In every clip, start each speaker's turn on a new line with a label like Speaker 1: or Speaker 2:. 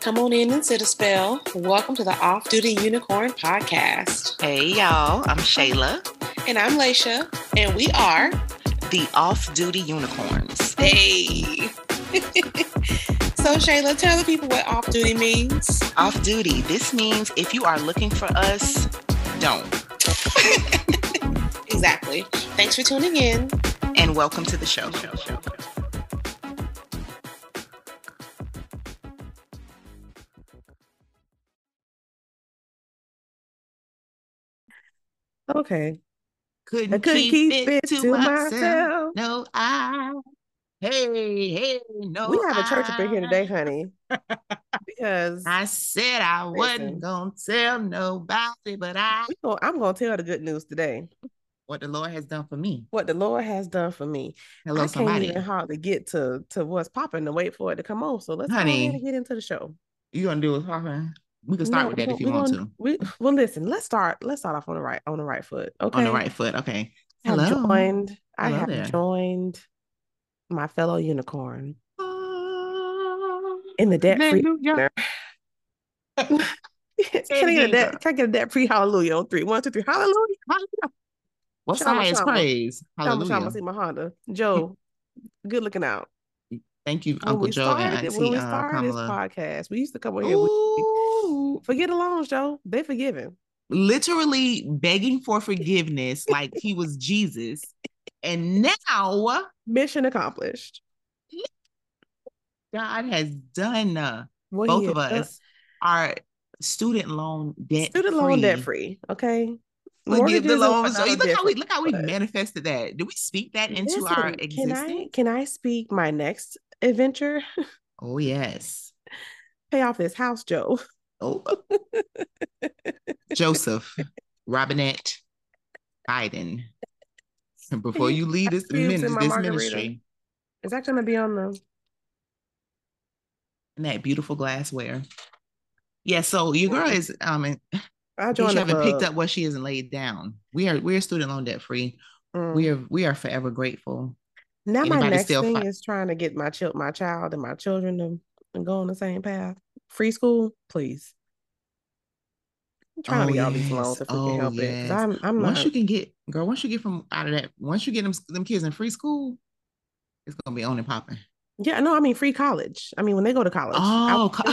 Speaker 1: Come on in and sit a spell. Welcome to the Off Duty Unicorn Podcast.
Speaker 2: Hey y'all, I'm Shayla,
Speaker 1: And I'm Laisha, and we are
Speaker 2: the off duty unicorns.
Speaker 1: Hey. so Shayla, tell the people what off duty means.
Speaker 2: Off duty, this means if you are looking for us, don't.
Speaker 1: Exactly. Thanks for tuning in.
Speaker 2: And welcome to the show.
Speaker 3: Okay.
Speaker 2: Couldn't,
Speaker 3: I couldn't keep, it, to myself.
Speaker 2: No, I. Hey, hey, no.
Speaker 3: we have a church up in here today,
Speaker 2: I.
Speaker 3: honey. because
Speaker 2: I said I
Speaker 3: Listen.
Speaker 2: wasn't gonna tell nobody, but I
Speaker 3: we gon- I'm going to tell the good news today.
Speaker 2: what the Lord has done for me.
Speaker 3: What the Lord has done for me.
Speaker 2: Hello,
Speaker 3: I
Speaker 2: somebody.
Speaker 3: can't even hardly get to, to what's popping to wait for it to come on. So let's go ahead
Speaker 2: Honey.
Speaker 3: and get into the show.
Speaker 2: You gonna do it, Harper? We can start
Speaker 3: No,
Speaker 2: with
Speaker 3: we
Speaker 2: that if
Speaker 3: gon-
Speaker 2: you
Speaker 3: we
Speaker 2: want
Speaker 3: gon-
Speaker 2: to.
Speaker 3: We, well, listen, let's start. Let's start off on the right on the right foot. Okay.
Speaker 2: On the right foot. Okay.
Speaker 3: I have
Speaker 2: Hello.
Speaker 3: joined. I
Speaker 2: Hello
Speaker 3: have
Speaker 2: there.
Speaker 3: joined my fellow unicorn
Speaker 2: In
Speaker 3: in the debt free.
Speaker 2: Hallelujah.
Speaker 3: can, I get a
Speaker 2: Indeed,
Speaker 3: debt, can I get a debt free hallelujah on three? One, two, three. Hallelujah.
Speaker 2: What's
Speaker 3: Shama,
Speaker 2: highest
Speaker 3: Shama.
Speaker 2: praise?
Speaker 3: Shama, Shama,
Speaker 2: Hallelujah.
Speaker 3: see my Honda. Joe, good looking out.
Speaker 2: Thank you,
Speaker 3: When
Speaker 2: Uncle
Speaker 3: Oh, we
Speaker 2: Joe and
Speaker 3: started, when
Speaker 2: Auntie
Speaker 3: we
Speaker 2: uh,
Speaker 3: started this
Speaker 2: Kamala.
Speaker 3: podcast, we used to come over here. We,
Speaker 2: Ooh,
Speaker 3: forget the loans, Joe. They forgiven.
Speaker 2: literally begging for forgiveness like he was Jesus. And now
Speaker 3: Mission accomplished.
Speaker 2: God has done uh,
Speaker 3: Well,
Speaker 2: both
Speaker 3: yeah,
Speaker 2: of
Speaker 3: uh,
Speaker 2: us our student loan debt
Speaker 3: student loan debt free. Okay.
Speaker 2: Forgive the
Speaker 3: Mortgages are
Speaker 2: loan. So
Speaker 3: not
Speaker 2: you look how we
Speaker 3: different,
Speaker 2: look how we
Speaker 3: but-
Speaker 2: manifested that. Do we speak that into our
Speaker 3: Listen,
Speaker 2: existence?
Speaker 3: Can I can I speak my next adventure?
Speaker 2: Oh yes.
Speaker 3: Pay off this house, Joe.
Speaker 2: Oh, Joseph, Robinette, Biden. And before you leave this,
Speaker 3: Cubes in
Speaker 2: minis-
Speaker 3: my
Speaker 2: this
Speaker 3: margarita.
Speaker 2: ministry
Speaker 3: Is that gonna be on the
Speaker 2: and that beautiful glassware. Yeah, so your girl is um in
Speaker 3: I
Speaker 2: case
Speaker 3: joined
Speaker 2: you
Speaker 3: the
Speaker 2: haven't picked
Speaker 3: club.
Speaker 2: up what she isn't laid down. We are we are student loan debt free.
Speaker 3: Mm.
Speaker 2: We are we are forever grateful.
Speaker 3: Now my
Speaker 2: Anybody
Speaker 3: next
Speaker 2: still
Speaker 3: thing
Speaker 2: fi-
Speaker 3: is trying to get my child, my child, and my children to go on the same path. Free school, please. I'm trying to
Speaker 2: Oh,
Speaker 3: get all these loans
Speaker 2: yes.
Speaker 3: if we can
Speaker 2: Oh,
Speaker 3: help it. 'cause
Speaker 2: yes.
Speaker 3: I'm, I'm
Speaker 2: Once
Speaker 3: not.
Speaker 2: you can get girl, once you get from out of that, once you get them them kids in free school, it's gonna be on and popping.
Speaker 3: yeah, no, I mean free college. I mean when they go to college. I
Speaker 2: Oh,
Speaker 3: want
Speaker 2: co-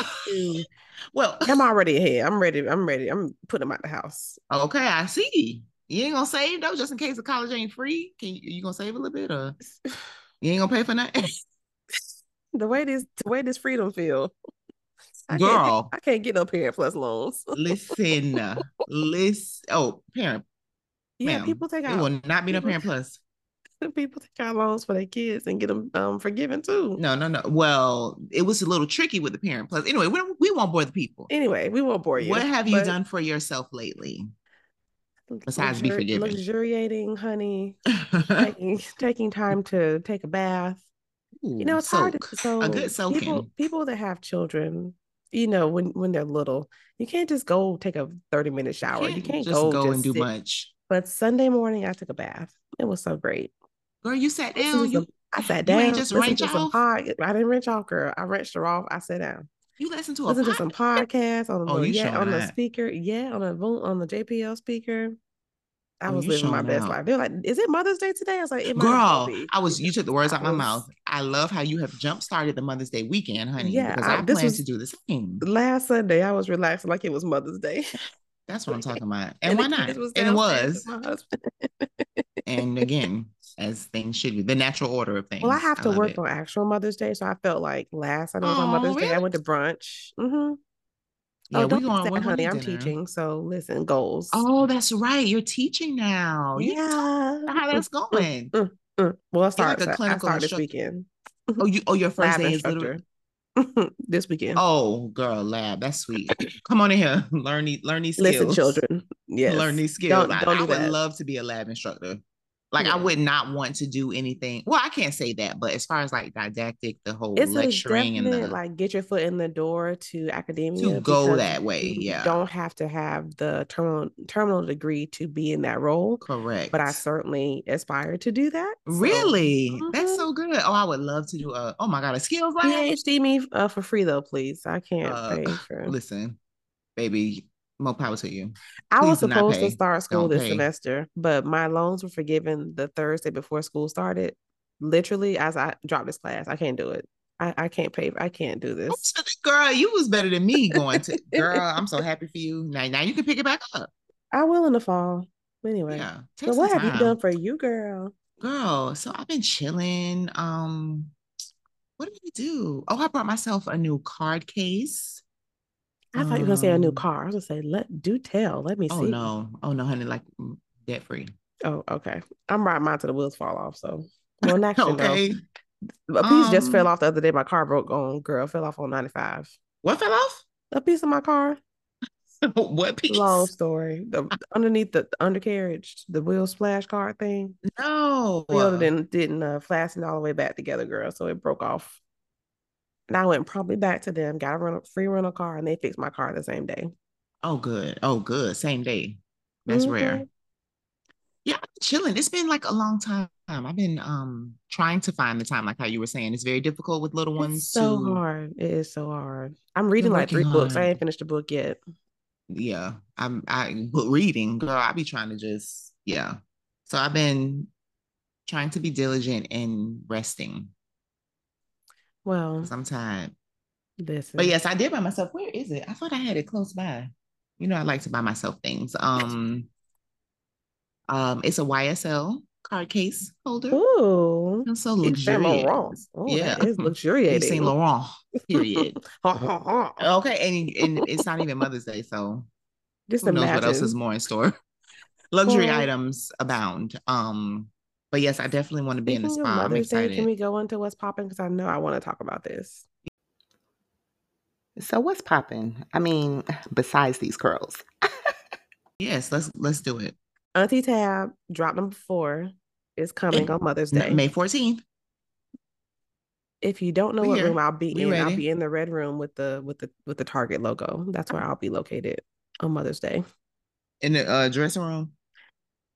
Speaker 3: them
Speaker 2: well,
Speaker 3: to- I'm already ahead. I'm ready. I'm ready. I'm putting them out the house.
Speaker 2: Okay, I see. You ain't gonna save though, just in case the college ain't free. Can you, you gonna save a little bit, or you ain't gonna pay for nothing?
Speaker 3: The way this, the way this freedom feel. I can't,
Speaker 2: Girl,
Speaker 3: I can't get no parent plus loans.
Speaker 2: listen, uh, listen. Oh, parent,
Speaker 3: yeah,
Speaker 2: ma'am,
Speaker 3: people take
Speaker 2: it
Speaker 3: out
Speaker 2: will not be no
Speaker 3: people-
Speaker 2: parent plus.
Speaker 3: people take out loans for their kids and get them um forgiven too.
Speaker 2: No, no, no. Well, it was a little tricky with the parent plus. Anyway, we don't, we won't bore the people.
Speaker 3: Anyway, we won't bore you.
Speaker 2: What have you
Speaker 3: but-
Speaker 2: done for yourself lately? Besides be
Speaker 3: luxuri-
Speaker 2: forgiven.
Speaker 3: Luxuriating, honey, taking, taking time to take a bath. You know,
Speaker 2: Ooh,
Speaker 3: it's hard. to-
Speaker 2: soak.
Speaker 3: So
Speaker 2: a good
Speaker 3: people,
Speaker 2: soaking.
Speaker 3: people that have children, you know, when when they're little, you can't just go take a 30 minute shower. You can't
Speaker 2: just
Speaker 3: go,
Speaker 2: go,
Speaker 3: just
Speaker 2: and do
Speaker 3: sit.
Speaker 2: much.
Speaker 3: But Sunday morning, I took a bath. It was so great.
Speaker 2: Girl, you sat
Speaker 3: Listen to
Speaker 2: down. You
Speaker 3: some- I sat
Speaker 2: you
Speaker 3: down.
Speaker 2: ain't just
Speaker 3: listened
Speaker 2: wrench
Speaker 3: to some
Speaker 2: off?
Speaker 3: pod- I didn't wrench off, girl. I wrenched her off. I sat down.
Speaker 2: you listen to a
Speaker 3: Listen to
Speaker 2: podcast.
Speaker 3: some podcasts on the
Speaker 2: Oh, you
Speaker 3: yeah
Speaker 2: showing
Speaker 3: on the
Speaker 2: out.
Speaker 3: speaker yeah on a vo- on the JPL speaker. I
Speaker 2: Oh,
Speaker 3: was
Speaker 2: you
Speaker 3: living my
Speaker 2: showing
Speaker 3: best
Speaker 2: out.
Speaker 3: life. They're like, "Is it Mother's Day today?" I was like, "It might as well
Speaker 2: Girl,
Speaker 3: be."
Speaker 2: I was you took the words
Speaker 3: I
Speaker 2: out my
Speaker 3: was-
Speaker 2: mouth. I love how you have jump started the Mother's Day weekend, honey,
Speaker 3: Yeah,
Speaker 2: because
Speaker 3: I-
Speaker 2: I,
Speaker 3: this
Speaker 2: plan
Speaker 3: was-
Speaker 2: to do the same.
Speaker 3: Last Sunday, I was relaxing like it was Mother's Day,
Speaker 2: That's what I'm talking about.
Speaker 3: and
Speaker 2: And why
Speaker 3: the
Speaker 2: not?
Speaker 3: kids was
Speaker 2: and it
Speaker 3: downstairs
Speaker 2: was.
Speaker 3: with my husband.
Speaker 2: And again, as things should be, the natural order of things.
Speaker 3: Well, I have to
Speaker 2: love
Speaker 3: work
Speaker 2: it.
Speaker 3: on actual Mother's Day, so I felt like last Sunday was my
Speaker 2: Aw,
Speaker 3: Mother's Day. I
Speaker 2: really?
Speaker 3: went to brunch. hmm
Speaker 2: Yeah,
Speaker 3: Oh,
Speaker 2: we
Speaker 3: don't
Speaker 2: going,
Speaker 3: fix
Speaker 2: we're going
Speaker 3: that,
Speaker 2: to
Speaker 3: honey. I'm
Speaker 2: dinner.
Speaker 3: teaching, so listen, goals. Oh,
Speaker 2: Oh, that's right. You're teaching now. You can talk
Speaker 3: yeah.
Speaker 2: about how that's going.
Speaker 3: Mm, mm. Well, I started.
Speaker 2: like a
Speaker 3: I
Speaker 2: clinical
Speaker 3: started this
Speaker 2: instructor.
Speaker 3: weekend.
Speaker 2: Oh, you oh your first
Speaker 3: Lab
Speaker 2: day is literally
Speaker 3: instructor. this weekend.
Speaker 2: Oh, girl, lab. That's sweet. Come on in here. Learn these learn these skills.
Speaker 3: Listen, children. Yes.
Speaker 2: Learn these skills.
Speaker 3: Don't-
Speaker 2: I,
Speaker 3: don't
Speaker 2: I
Speaker 3: do
Speaker 2: would
Speaker 3: that.
Speaker 2: love to be a lab instructor. Like
Speaker 3: Yeah.
Speaker 2: I would not want to do anything. Well, I can't say that, but as far as like didactic, the whole
Speaker 3: It's a
Speaker 2: lecturing and the
Speaker 3: definite like get your foot in the door to academia
Speaker 2: to go
Speaker 3: because
Speaker 2: that way.
Speaker 3: you
Speaker 2: Yeah.
Speaker 3: don't have to have the terminal terminal degree to be in that role.
Speaker 2: Correct.
Speaker 3: But I certainly aspire to do that. so-
Speaker 2: really that's
Speaker 3: Mhm.
Speaker 2: so good. Oh, I would love to do a oh my god, a skills lab.
Speaker 3: PhD me uh, for free though, please. I can't
Speaker 2: Uh,
Speaker 3: pay for.
Speaker 2: Listen, baby, more power to you.
Speaker 3: I
Speaker 2: please
Speaker 3: was
Speaker 2: do not
Speaker 3: supposed
Speaker 2: pay.
Speaker 3: to start school
Speaker 2: Don't
Speaker 3: this
Speaker 2: pay.
Speaker 3: semester, but my loans were forgiven the Thursday before school started. Literally, as I dropped this class, I can't do it. I, I can't pay. I can't do this.
Speaker 2: Girl, you was better than me going to girl. I'm so happy for you. Now now you can pick it back up.
Speaker 3: I will in the fall. Anyway,
Speaker 2: Yeah. Take
Speaker 3: so
Speaker 2: some
Speaker 3: what have you
Speaker 2: time.
Speaker 3: done for you, girl?
Speaker 2: girl so i've been chilling um what did i do oh i brought myself a new card case
Speaker 3: I thought you were gonna say a new
Speaker 2: Um,
Speaker 3: car. I was gonna say, let do tell. Let me see.
Speaker 2: oh no oh no honey like mm, debt free
Speaker 3: Oh, okay. I'm riding mine to the wheels fall off. So, well, not okay.
Speaker 2: okay
Speaker 3: A piece just fell
Speaker 2: Um,
Speaker 3: off the other day. My car broke on. Girl fell off on 95.
Speaker 2: what fell off
Speaker 3: A piece of my car.
Speaker 2: what piece
Speaker 3: Long story. The, underneath the, the undercarriage, the wheel splash guard thing.
Speaker 2: no
Speaker 3: Wheel didn't didn't uh, fasten all the way back together, girl. So it broke off. And I went promptly back to them, got a rental, free rental car, and they fixed my car the same day.
Speaker 2: oh good oh good same day that's rare
Speaker 3: Mhm.
Speaker 2: yeah I've been chilling it's been like a long time i've been um trying to find the time like how you were saying it's very difficult with little ones
Speaker 3: It's so
Speaker 2: to
Speaker 3: hard. It is so hard. I'm reading like three
Speaker 2: working
Speaker 3: books. I
Speaker 2: hard.
Speaker 3: ain't finished the book yet.
Speaker 2: yeah i'm i but reading girl i be trying to just yeah so i've been trying to be diligent and resting
Speaker 3: Well,
Speaker 2: because i'm tired
Speaker 3: this
Speaker 2: but yes i did buy myself where is it i thought i had it close by you know i like to buy myself things um um it's a ysl card case holder
Speaker 3: Ooh.
Speaker 2: It's so
Speaker 3: It's Saint Laurent.
Speaker 2: luxurious
Speaker 3: Oh,
Speaker 2: yeah
Speaker 3: that is
Speaker 2: Yves
Speaker 3: luxuriating.
Speaker 2: Saint Laurent period
Speaker 3: Ha, ha, ha.
Speaker 2: okay and, and it's not even mother's day so
Speaker 3: Just
Speaker 2: Who knows what
Speaker 3: imagine.
Speaker 2: else is more in store? Luxury
Speaker 3: Well-
Speaker 2: items abound. Um, but yes, I definitely want to be in the
Speaker 3: Speaking of
Speaker 2: spa. I'm
Speaker 3: Mother's Day,
Speaker 2: excited.
Speaker 3: can we go into what's popping? Because I know I want to talk about this.
Speaker 4: So what's popping? I mean, besides these curls.
Speaker 2: yes, let's let's do it.
Speaker 3: Auntie Tab drop number four is coming on Mother's Day.
Speaker 2: N- May 14th.
Speaker 3: if you don't know
Speaker 2: We
Speaker 3: what
Speaker 2: here.
Speaker 3: room I'll be
Speaker 2: We
Speaker 3: in,
Speaker 2: ready.
Speaker 3: I'll be in the red room with the with the with the Target logo. That's
Speaker 2: Oh.
Speaker 3: where I'll be located on Mother's Day.
Speaker 2: In the uh, dressing room.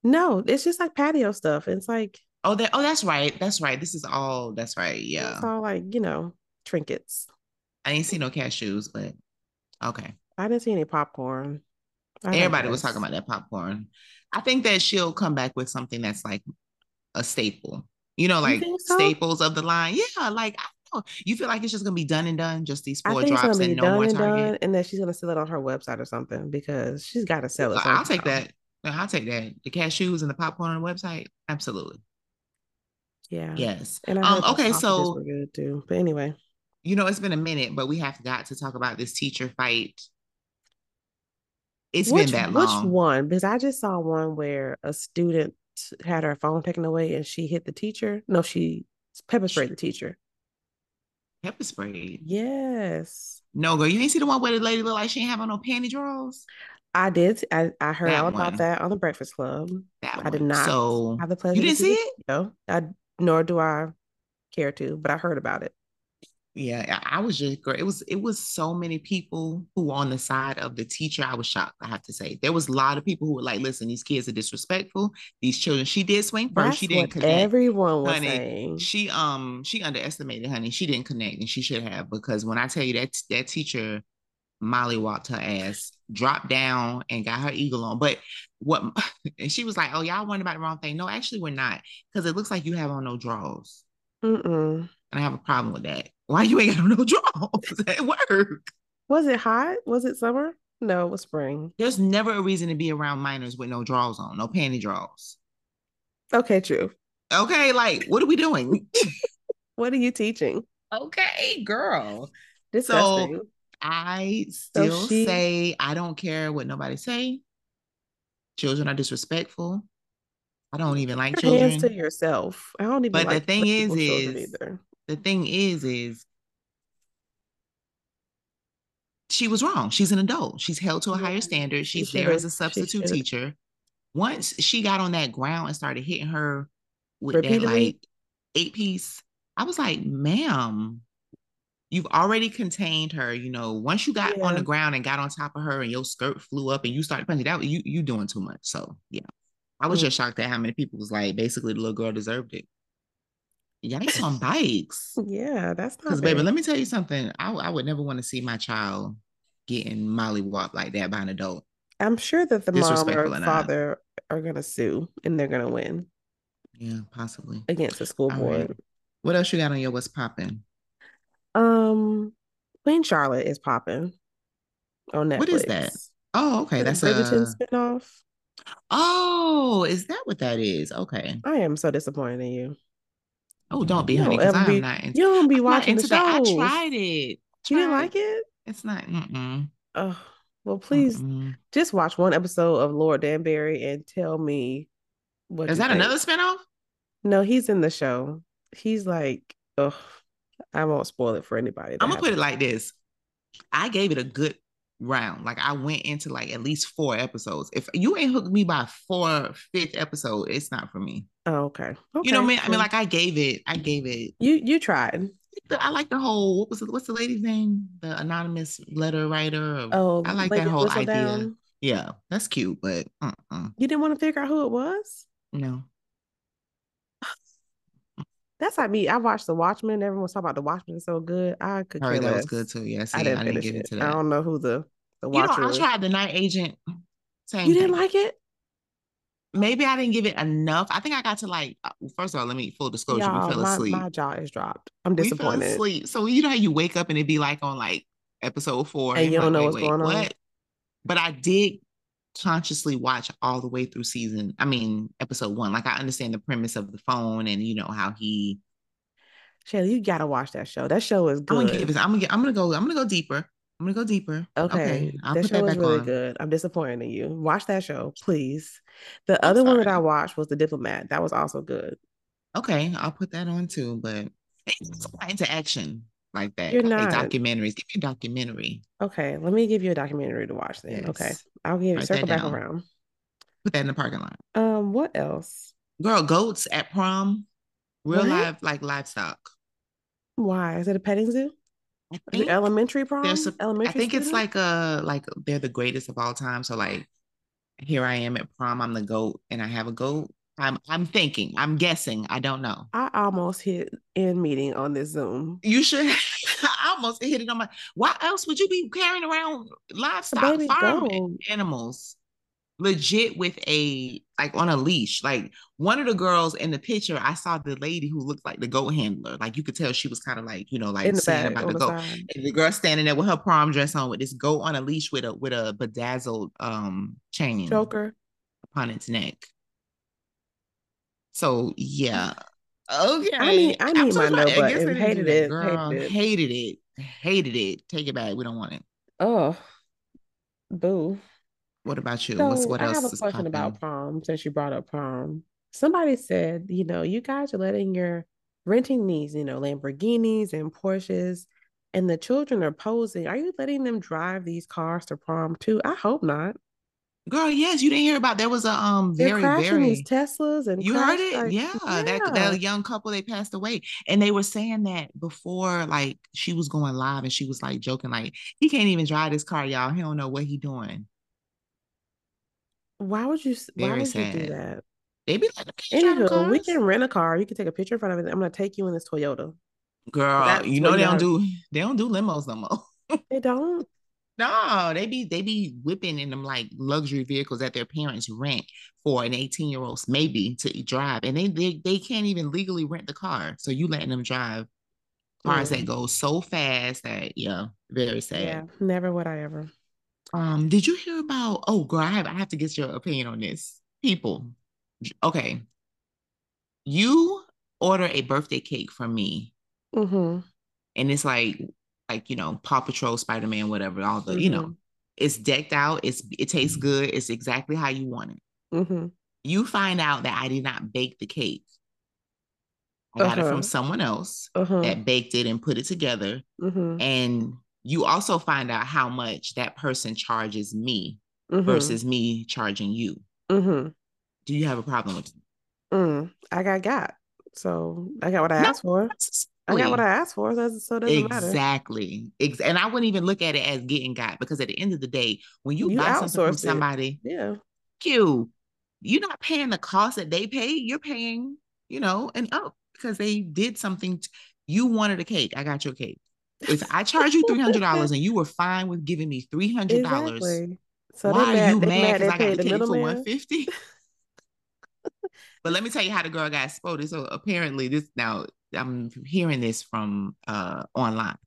Speaker 3: No, it's just like patio stuff. It's like
Speaker 2: Oh, that oh that's right. That's right. This is all that's right. Yeah.
Speaker 3: it's all like, you know, trinkets.
Speaker 2: I ain't see no cashews, but okay.
Speaker 3: I didn't see any popcorn. I
Speaker 2: Everybody was
Speaker 3: digress.
Speaker 2: talking about that popcorn. I think that she'll come back with something that's like a staple. You know, like
Speaker 3: think so?
Speaker 2: staples of the line. Yeah, like I don't know. You feel like it's just gonna be done and done, just these
Speaker 3: I
Speaker 2: four
Speaker 3: think it's
Speaker 2: drops
Speaker 3: gonna be
Speaker 2: and no
Speaker 3: done
Speaker 2: more
Speaker 3: and
Speaker 2: target.
Speaker 3: done, and then she's gonna sell it on her website or something because she's got to sell it.
Speaker 2: Like, I'll take
Speaker 3: somehow.
Speaker 2: that. No, I'll take that. The cashews and the popcorn on the website. Absolutely.
Speaker 3: Yeah.
Speaker 2: Yes.
Speaker 3: And I
Speaker 2: Um,
Speaker 3: heard the
Speaker 2: okay,
Speaker 3: sausages
Speaker 2: so-
Speaker 3: were good too. But anyway,
Speaker 2: You know, it's been a minute, but we have got to talk about this teacher fight. It's
Speaker 3: which
Speaker 2: been that
Speaker 3: which
Speaker 2: long.
Speaker 3: one? Because I just saw one where a student had her phone taken away and she hit the teacher. No, she pepper sprayed the teacher.
Speaker 2: Pepper spray.
Speaker 3: Yes,
Speaker 2: No, girl, you ain't see the one where the lady look like she ain't have on no panty drawers.
Speaker 3: I did. I, I heard
Speaker 2: That
Speaker 3: all about
Speaker 2: one.
Speaker 3: that on the Breakfast Club.
Speaker 2: That
Speaker 3: I did
Speaker 2: one.
Speaker 3: not
Speaker 2: So
Speaker 3: I have the
Speaker 2: you
Speaker 3: pleasure. to
Speaker 2: didn't see
Speaker 3: the
Speaker 2: it?
Speaker 3: video. I nor do I care to, but I heard about it.
Speaker 2: Yeah, I I was just girl. It was it was so many people who were on the side of the teacher. I was shocked. I have to say, there was a lot of people who were like, "Listen, these kids are disrespectful. These children." She did swing first.
Speaker 3: That's
Speaker 2: she didn't
Speaker 3: what
Speaker 2: connect.
Speaker 3: everyone was
Speaker 2: honey,
Speaker 3: saying.
Speaker 2: she um she underestimated honey she didn't connect and she should have because when i tell you that that teacher molly walked her ass dropped down and got her eagle on but what and she was like oh y'all wondering about the wrong thing no actually we're not because it looks like you have on no draws
Speaker 3: Mm-mm.
Speaker 2: and i have a problem with that why you ain't got on no draws at work
Speaker 3: Was it hot? Was it summer? No, it was spring.
Speaker 2: there's never a reason to be around minors with no draws on no panty draws
Speaker 3: Okay, true.
Speaker 2: okay like what are we doing
Speaker 3: What are you teaching?
Speaker 2: okay girl
Speaker 3: Disgusting.
Speaker 2: I
Speaker 3: So
Speaker 2: still
Speaker 3: she-
Speaker 2: say I don't care what nobody say. Children are disrespectful. I don't even like
Speaker 3: Your hands
Speaker 2: children.
Speaker 3: to yourself. I don't even.
Speaker 2: But the
Speaker 3: like
Speaker 2: thing
Speaker 3: other people's
Speaker 2: is,
Speaker 3: children
Speaker 2: is-
Speaker 3: either.
Speaker 2: The thing is, is she was wrong. She's an adult. She's held to a
Speaker 3: Yeah,
Speaker 2: higher standard. She's there
Speaker 3: should've-
Speaker 2: as a
Speaker 3: she
Speaker 2: substitute
Speaker 3: should've-
Speaker 2: teacher. once she got on that ground and started hitting her with that
Speaker 3: Repeatedly?
Speaker 2: like eight piece, I was like, ma'am, you've already contained her. You know, once you got on
Speaker 3: Yeah.
Speaker 2: the ground and got on top of her and your skirt flew up and you started punching that, you you doing too much. So yeah. I was
Speaker 3: Mm.
Speaker 2: just shocked at how many people was like, basically the little girl deserved it. Yikes on bikes.
Speaker 3: Yeah, that's not
Speaker 2: Because baby,
Speaker 3: fair.
Speaker 2: let me tell you something. I, I would never want to see my child getting molly like that by an adult.
Speaker 3: I'm sure that the mom or
Speaker 2: disrespectful or not.
Speaker 3: father are gonna sue and they're gonna win
Speaker 2: Yeah, possibly.
Speaker 3: against the school
Speaker 2: All
Speaker 3: board.
Speaker 2: right. What else you got on your what's popping?
Speaker 3: Um, Queen Charlotte is popping on Netflix.
Speaker 2: What is that? Oh, okay.
Speaker 3: The
Speaker 2: That's
Speaker 3: Bridgerton
Speaker 2: a
Speaker 3: spinoff.
Speaker 2: oh, is that what that is? Okay.
Speaker 3: I am so disappointed in you.
Speaker 2: Oh, don't be
Speaker 3: You
Speaker 2: honey,
Speaker 3: don't
Speaker 2: because
Speaker 3: ever
Speaker 2: I
Speaker 3: be-
Speaker 2: am not, in-
Speaker 3: You don't be
Speaker 2: I'm not
Speaker 3: watching the
Speaker 2: into that. I
Speaker 3: shows.
Speaker 2: tried it.
Speaker 3: You didn't
Speaker 2: Tried
Speaker 3: like it?
Speaker 2: It's not. Mm-mm,
Speaker 3: Oh, well, please
Speaker 2: mm-mm.
Speaker 3: just watch one episode of Lord Danbury and tell me what
Speaker 2: Is
Speaker 3: you
Speaker 2: that
Speaker 3: think.
Speaker 2: another spinoff?
Speaker 3: No, he's in the show. He's like, oh, I won't spoil it for anybody.
Speaker 2: I'm gonna put it like this. I gave it a good round. Like I went into like at least four episodes. If you ain't hooked me by four fifth episode, it's not for me.
Speaker 3: Oh, okay.
Speaker 2: You know what I mean?
Speaker 3: Okay,
Speaker 2: I mean,
Speaker 3: cool.
Speaker 2: like I gave it, I gave it
Speaker 3: you you tried.
Speaker 2: the- I like the whole what was it, what's the lady's name? The anonymous letter writer. Or,
Speaker 3: Oh,
Speaker 2: I like
Speaker 3: Lady
Speaker 2: that whole idea.
Speaker 3: Whistledown.
Speaker 2: Yeah, that's cute, but uh-uh,
Speaker 3: You didn't want to figure out who it was.
Speaker 2: no.
Speaker 3: That's like me. I watched The Watchmen. Everyone's talking about The Watchmen so good. I could
Speaker 2: All right,
Speaker 3: care
Speaker 2: that was
Speaker 3: less.
Speaker 2: good too. Yeah, see,
Speaker 3: I
Speaker 2: I
Speaker 3: didn't
Speaker 2: didn't,
Speaker 3: finish
Speaker 2: get
Speaker 3: it.
Speaker 2: into
Speaker 3: I
Speaker 2: that.
Speaker 3: don't know who the the
Speaker 2: You know,
Speaker 3: watcher.
Speaker 2: I
Speaker 3: is.
Speaker 2: tried the night agent. Same
Speaker 3: You didn't
Speaker 2: thing.
Speaker 3: like it,
Speaker 2: Maybe I didn't give it enough. I think I got to like. uh, First of all, let me full disclosure. We
Speaker 3: y'all.
Speaker 2: fell
Speaker 3: My
Speaker 2: asleep.
Speaker 3: my jaw is dropped. I'm
Speaker 2: we fell
Speaker 3: disappointed.
Speaker 2: asleep. So you know how you wake up and it be like on like episode four,
Speaker 3: And you
Speaker 2: you're
Speaker 3: don't
Speaker 2: like,
Speaker 3: know what's going on?
Speaker 2: But I did consciously watch all the way through season. I mean, episode one. Like I understand the premise of the phone and you know how he.
Speaker 3: Shelly, you gotta watch that show. That show is
Speaker 2: I'm
Speaker 3: good.
Speaker 2: gonna give it. I'm gonna. Get, I'm gonna go. I'm gonna go deeper. I'm gonna go deeper.
Speaker 3: Okay,
Speaker 2: I'll
Speaker 3: that
Speaker 2: put
Speaker 3: show
Speaker 2: that
Speaker 3: was
Speaker 2: back
Speaker 3: really
Speaker 2: on.
Speaker 3: good. I'm disappointed in you. Watch that show, please. The
Speaker 2: I'm
Speaker 3: other one that
Speaker 2: sorry.
Speaker 3: I watched was The Diplomat. That was also good.
Speaker 2: Okay, I'll put that on too. But it's not into action like that.
Speaker 3: You're
Speaker 2: like
Speaker 3: not.
Speaker 2: documentaries. Give me a documentary.
Speaker 3: Okay, let me give you a documentary to watch then. Okay,
Speaker 2: Yes.
Speaker 3: I'll give
Speaker 2: Write that
Speaker 3: circle back
Speaker 2: down.
Speaker 3: around.
Speaker 2: Put that in the parking lot.
Speaker 3: Um, what else?
Speaker 2: Girl, goats at prom, real
Speaker 3: What?
Speaker 2: life like livestock.
Speaker 3: Why is it a petting zoo?
Speaker 2: I
Speaker 3: The
Speaker 2: think
Speaker 3: elementary prom?
Speaker 2: there's a-
Speaker 3: elementary.
Speaker 2: I think it's like
Speaker 3: student?
Speaker 2: a like they're the greatest of all time. So like, here I am at prom. I'm the goat, and I have a goat. I'm I'm thinking. I'm guessing. I don't know.
Speaker 3: I almost hit in meeting on this Zoom.
Speaker 2: You should. I almost hit it on my. Why else would you be carrying around livestock,
Speaker 3: baby
Speaker 2: farm
Speaker 3: goat.
Speaker 2: animals, legit with a like on a leash? Like one of the girls in the picture, I saw the lady who looked like the goat handler. Like you could tell she was kind of like you know like
Speaker 3: in the
Speaker 2: saying about
Speaker 3: back on
Speaker 2: the
Speaker 3: the
Speaker 2: goat.
Speaker 3: side.
Speaker 2: and the girl standing there with her prom dress on with this goat on a leash with a with a bedazzled um chain
Speaker 3: Joker.
Speaker 2: upon its neck. So yeah. Okay.
Speaker 3: need- I
Speaker 2: I'm
Speaker 3: need
Speaker 2: so sorry.
Speaker 3: my no
Speaker 2: I guess
Speaker 3: button.
Speaker 2: they didn't do
Speaker 3: Hated
Speaker 2: that.
Speaker 3: it, hated
Speaker 2: Girl,
Speaker 3: it.
Speaker 2: hated it. Hated it. Take it back. We don't want it.
Speaker 3: Oh, boo.
Speaker 2: What about you? What's
Speaker 3: So
Speaker 2: what
Speaker 3: I
Speaker 2: else
Speaker 3: have a
Speaker 2: is
Speaker 3: question about
Speaker 2: poppin'?
Speaker 3: prom since you brought up prom. Somebody said, you know, you guys are letting your renting these, you know, Lamborghinis and Porsches, and the children are posing. Are you letting them drive these cars to prom too? I hope not.
Speaker 2: Girl, yes, you didn't hear about there was a um
Speaker 3: They're
Speaker 2: very
Speaker 3: crashing
Speaker 2: very
Speaker 3: these Teslas and
Speaker 2: You
Speaker 3: crash,
Speaker 2: heard it?
Speaker 3: like,
Speaker 2: yeah, That that young couple they passed away. And they were saying that before like she was going live and she was like joking, like, he can't even drive this car, y'all. He don't know what he doing.
Speaker 3: Why would you? s- Why
Speaker 2: Very
Speaker 3: would you do
Speaker 2: sad.
Speaker 3: that?
Speaker 2: They be like, "Okay, driving
Speaker 3: Anywho, we
Speaker 2: cars."
Speaker 3: can rent a car. You can take a picture in front of it. I'm gonna take you in this Toyota.
Speaker 2: girl,
Speaker 3: That's
Speaker 2: you know
Speaker 3: what
Speaker 2: they
Speaker 3: y'all-
Speaker 2: don't do they don't do limos no more.
Speaker 3: They don't.
Speaker 2: No, they be they be whipping in them like luxury vehicles that their parents rent for an 18 year old maybe to drive. And they, they they can't even legally rent the car. So you letting them drive cars
Speaker 3: Mm.
Speaker 2: that go so fast that yeah, very sad.
Speaker 3: Yeah, never would I ever.
Speaker 2: Um, did you hear about? Oh, girl, I have I have to get your opinion on this. People, j- okay, you order a birthday cake from me,
Speaker 3: Mm-hmm.
Speaker 2: and it's like, like you know, Paw Patrol, Spider Man, whatever. All the you know,
Speaker 3: Mhm.
Speaker 2: it's decked out. It's it tastes good. It's exactly how you want it.
Speaker 3: Mm-hmm.
Speaker 2: You find out that I did not bake the cake. I got it
Speaker 3: Uh-huh.
Speaker 2: from someone else
Speaker 3: Uh-huh.
Speaker 2: that baked it and put it together.
Speaker 3: Mm-hmm.
Speaker 2: And you also find out how much that person charges me versus me charging you.
Speaker 3: Mm-hmm.
Speaker 2: Do you have a problem with it?
Speaker 3: Mm, I got got. So I got what I
Speaker 2: No,
Speaker 3: asked for. I got what I asked for. So so it doesn't matter.
Speaker 2: Exactly. Ex- and I wouldn't even look at it as getting got because at the end of the day, when you,
Speaker 3: You
Speaker 2: buy something
Speaker 3: outsourced
Speaker 2: from
Speaker 3: it.
Speaker 2: somebody,
Speaker 3: Yeah.
Speaker 2: you you're not paying the cost that they pay. You're paying, you know, and up because they did something. t- you wanted a cake. I got your cake. If I charge you three hundred dollars and you were fine with giving me three hundred dollars,
Speaker 3: Exactly. So
Speaker 2: why
Speaker 3: they
Speaker 2: are
Speaker 3: mad,
Speaker 2: you
Speaker 3: they
Speaker 2: mad
Speaker 3: mad they
Speaker 2: because I got
Speaker 3: paid
Speaker 2: the
Speaker 3: the
Speaker 2: cake for
Speaker 3: middleman.
Speaker 2: one fifty? but let me tell you how the girl got spotted. So apparently, this now I'm hearing this from uh online.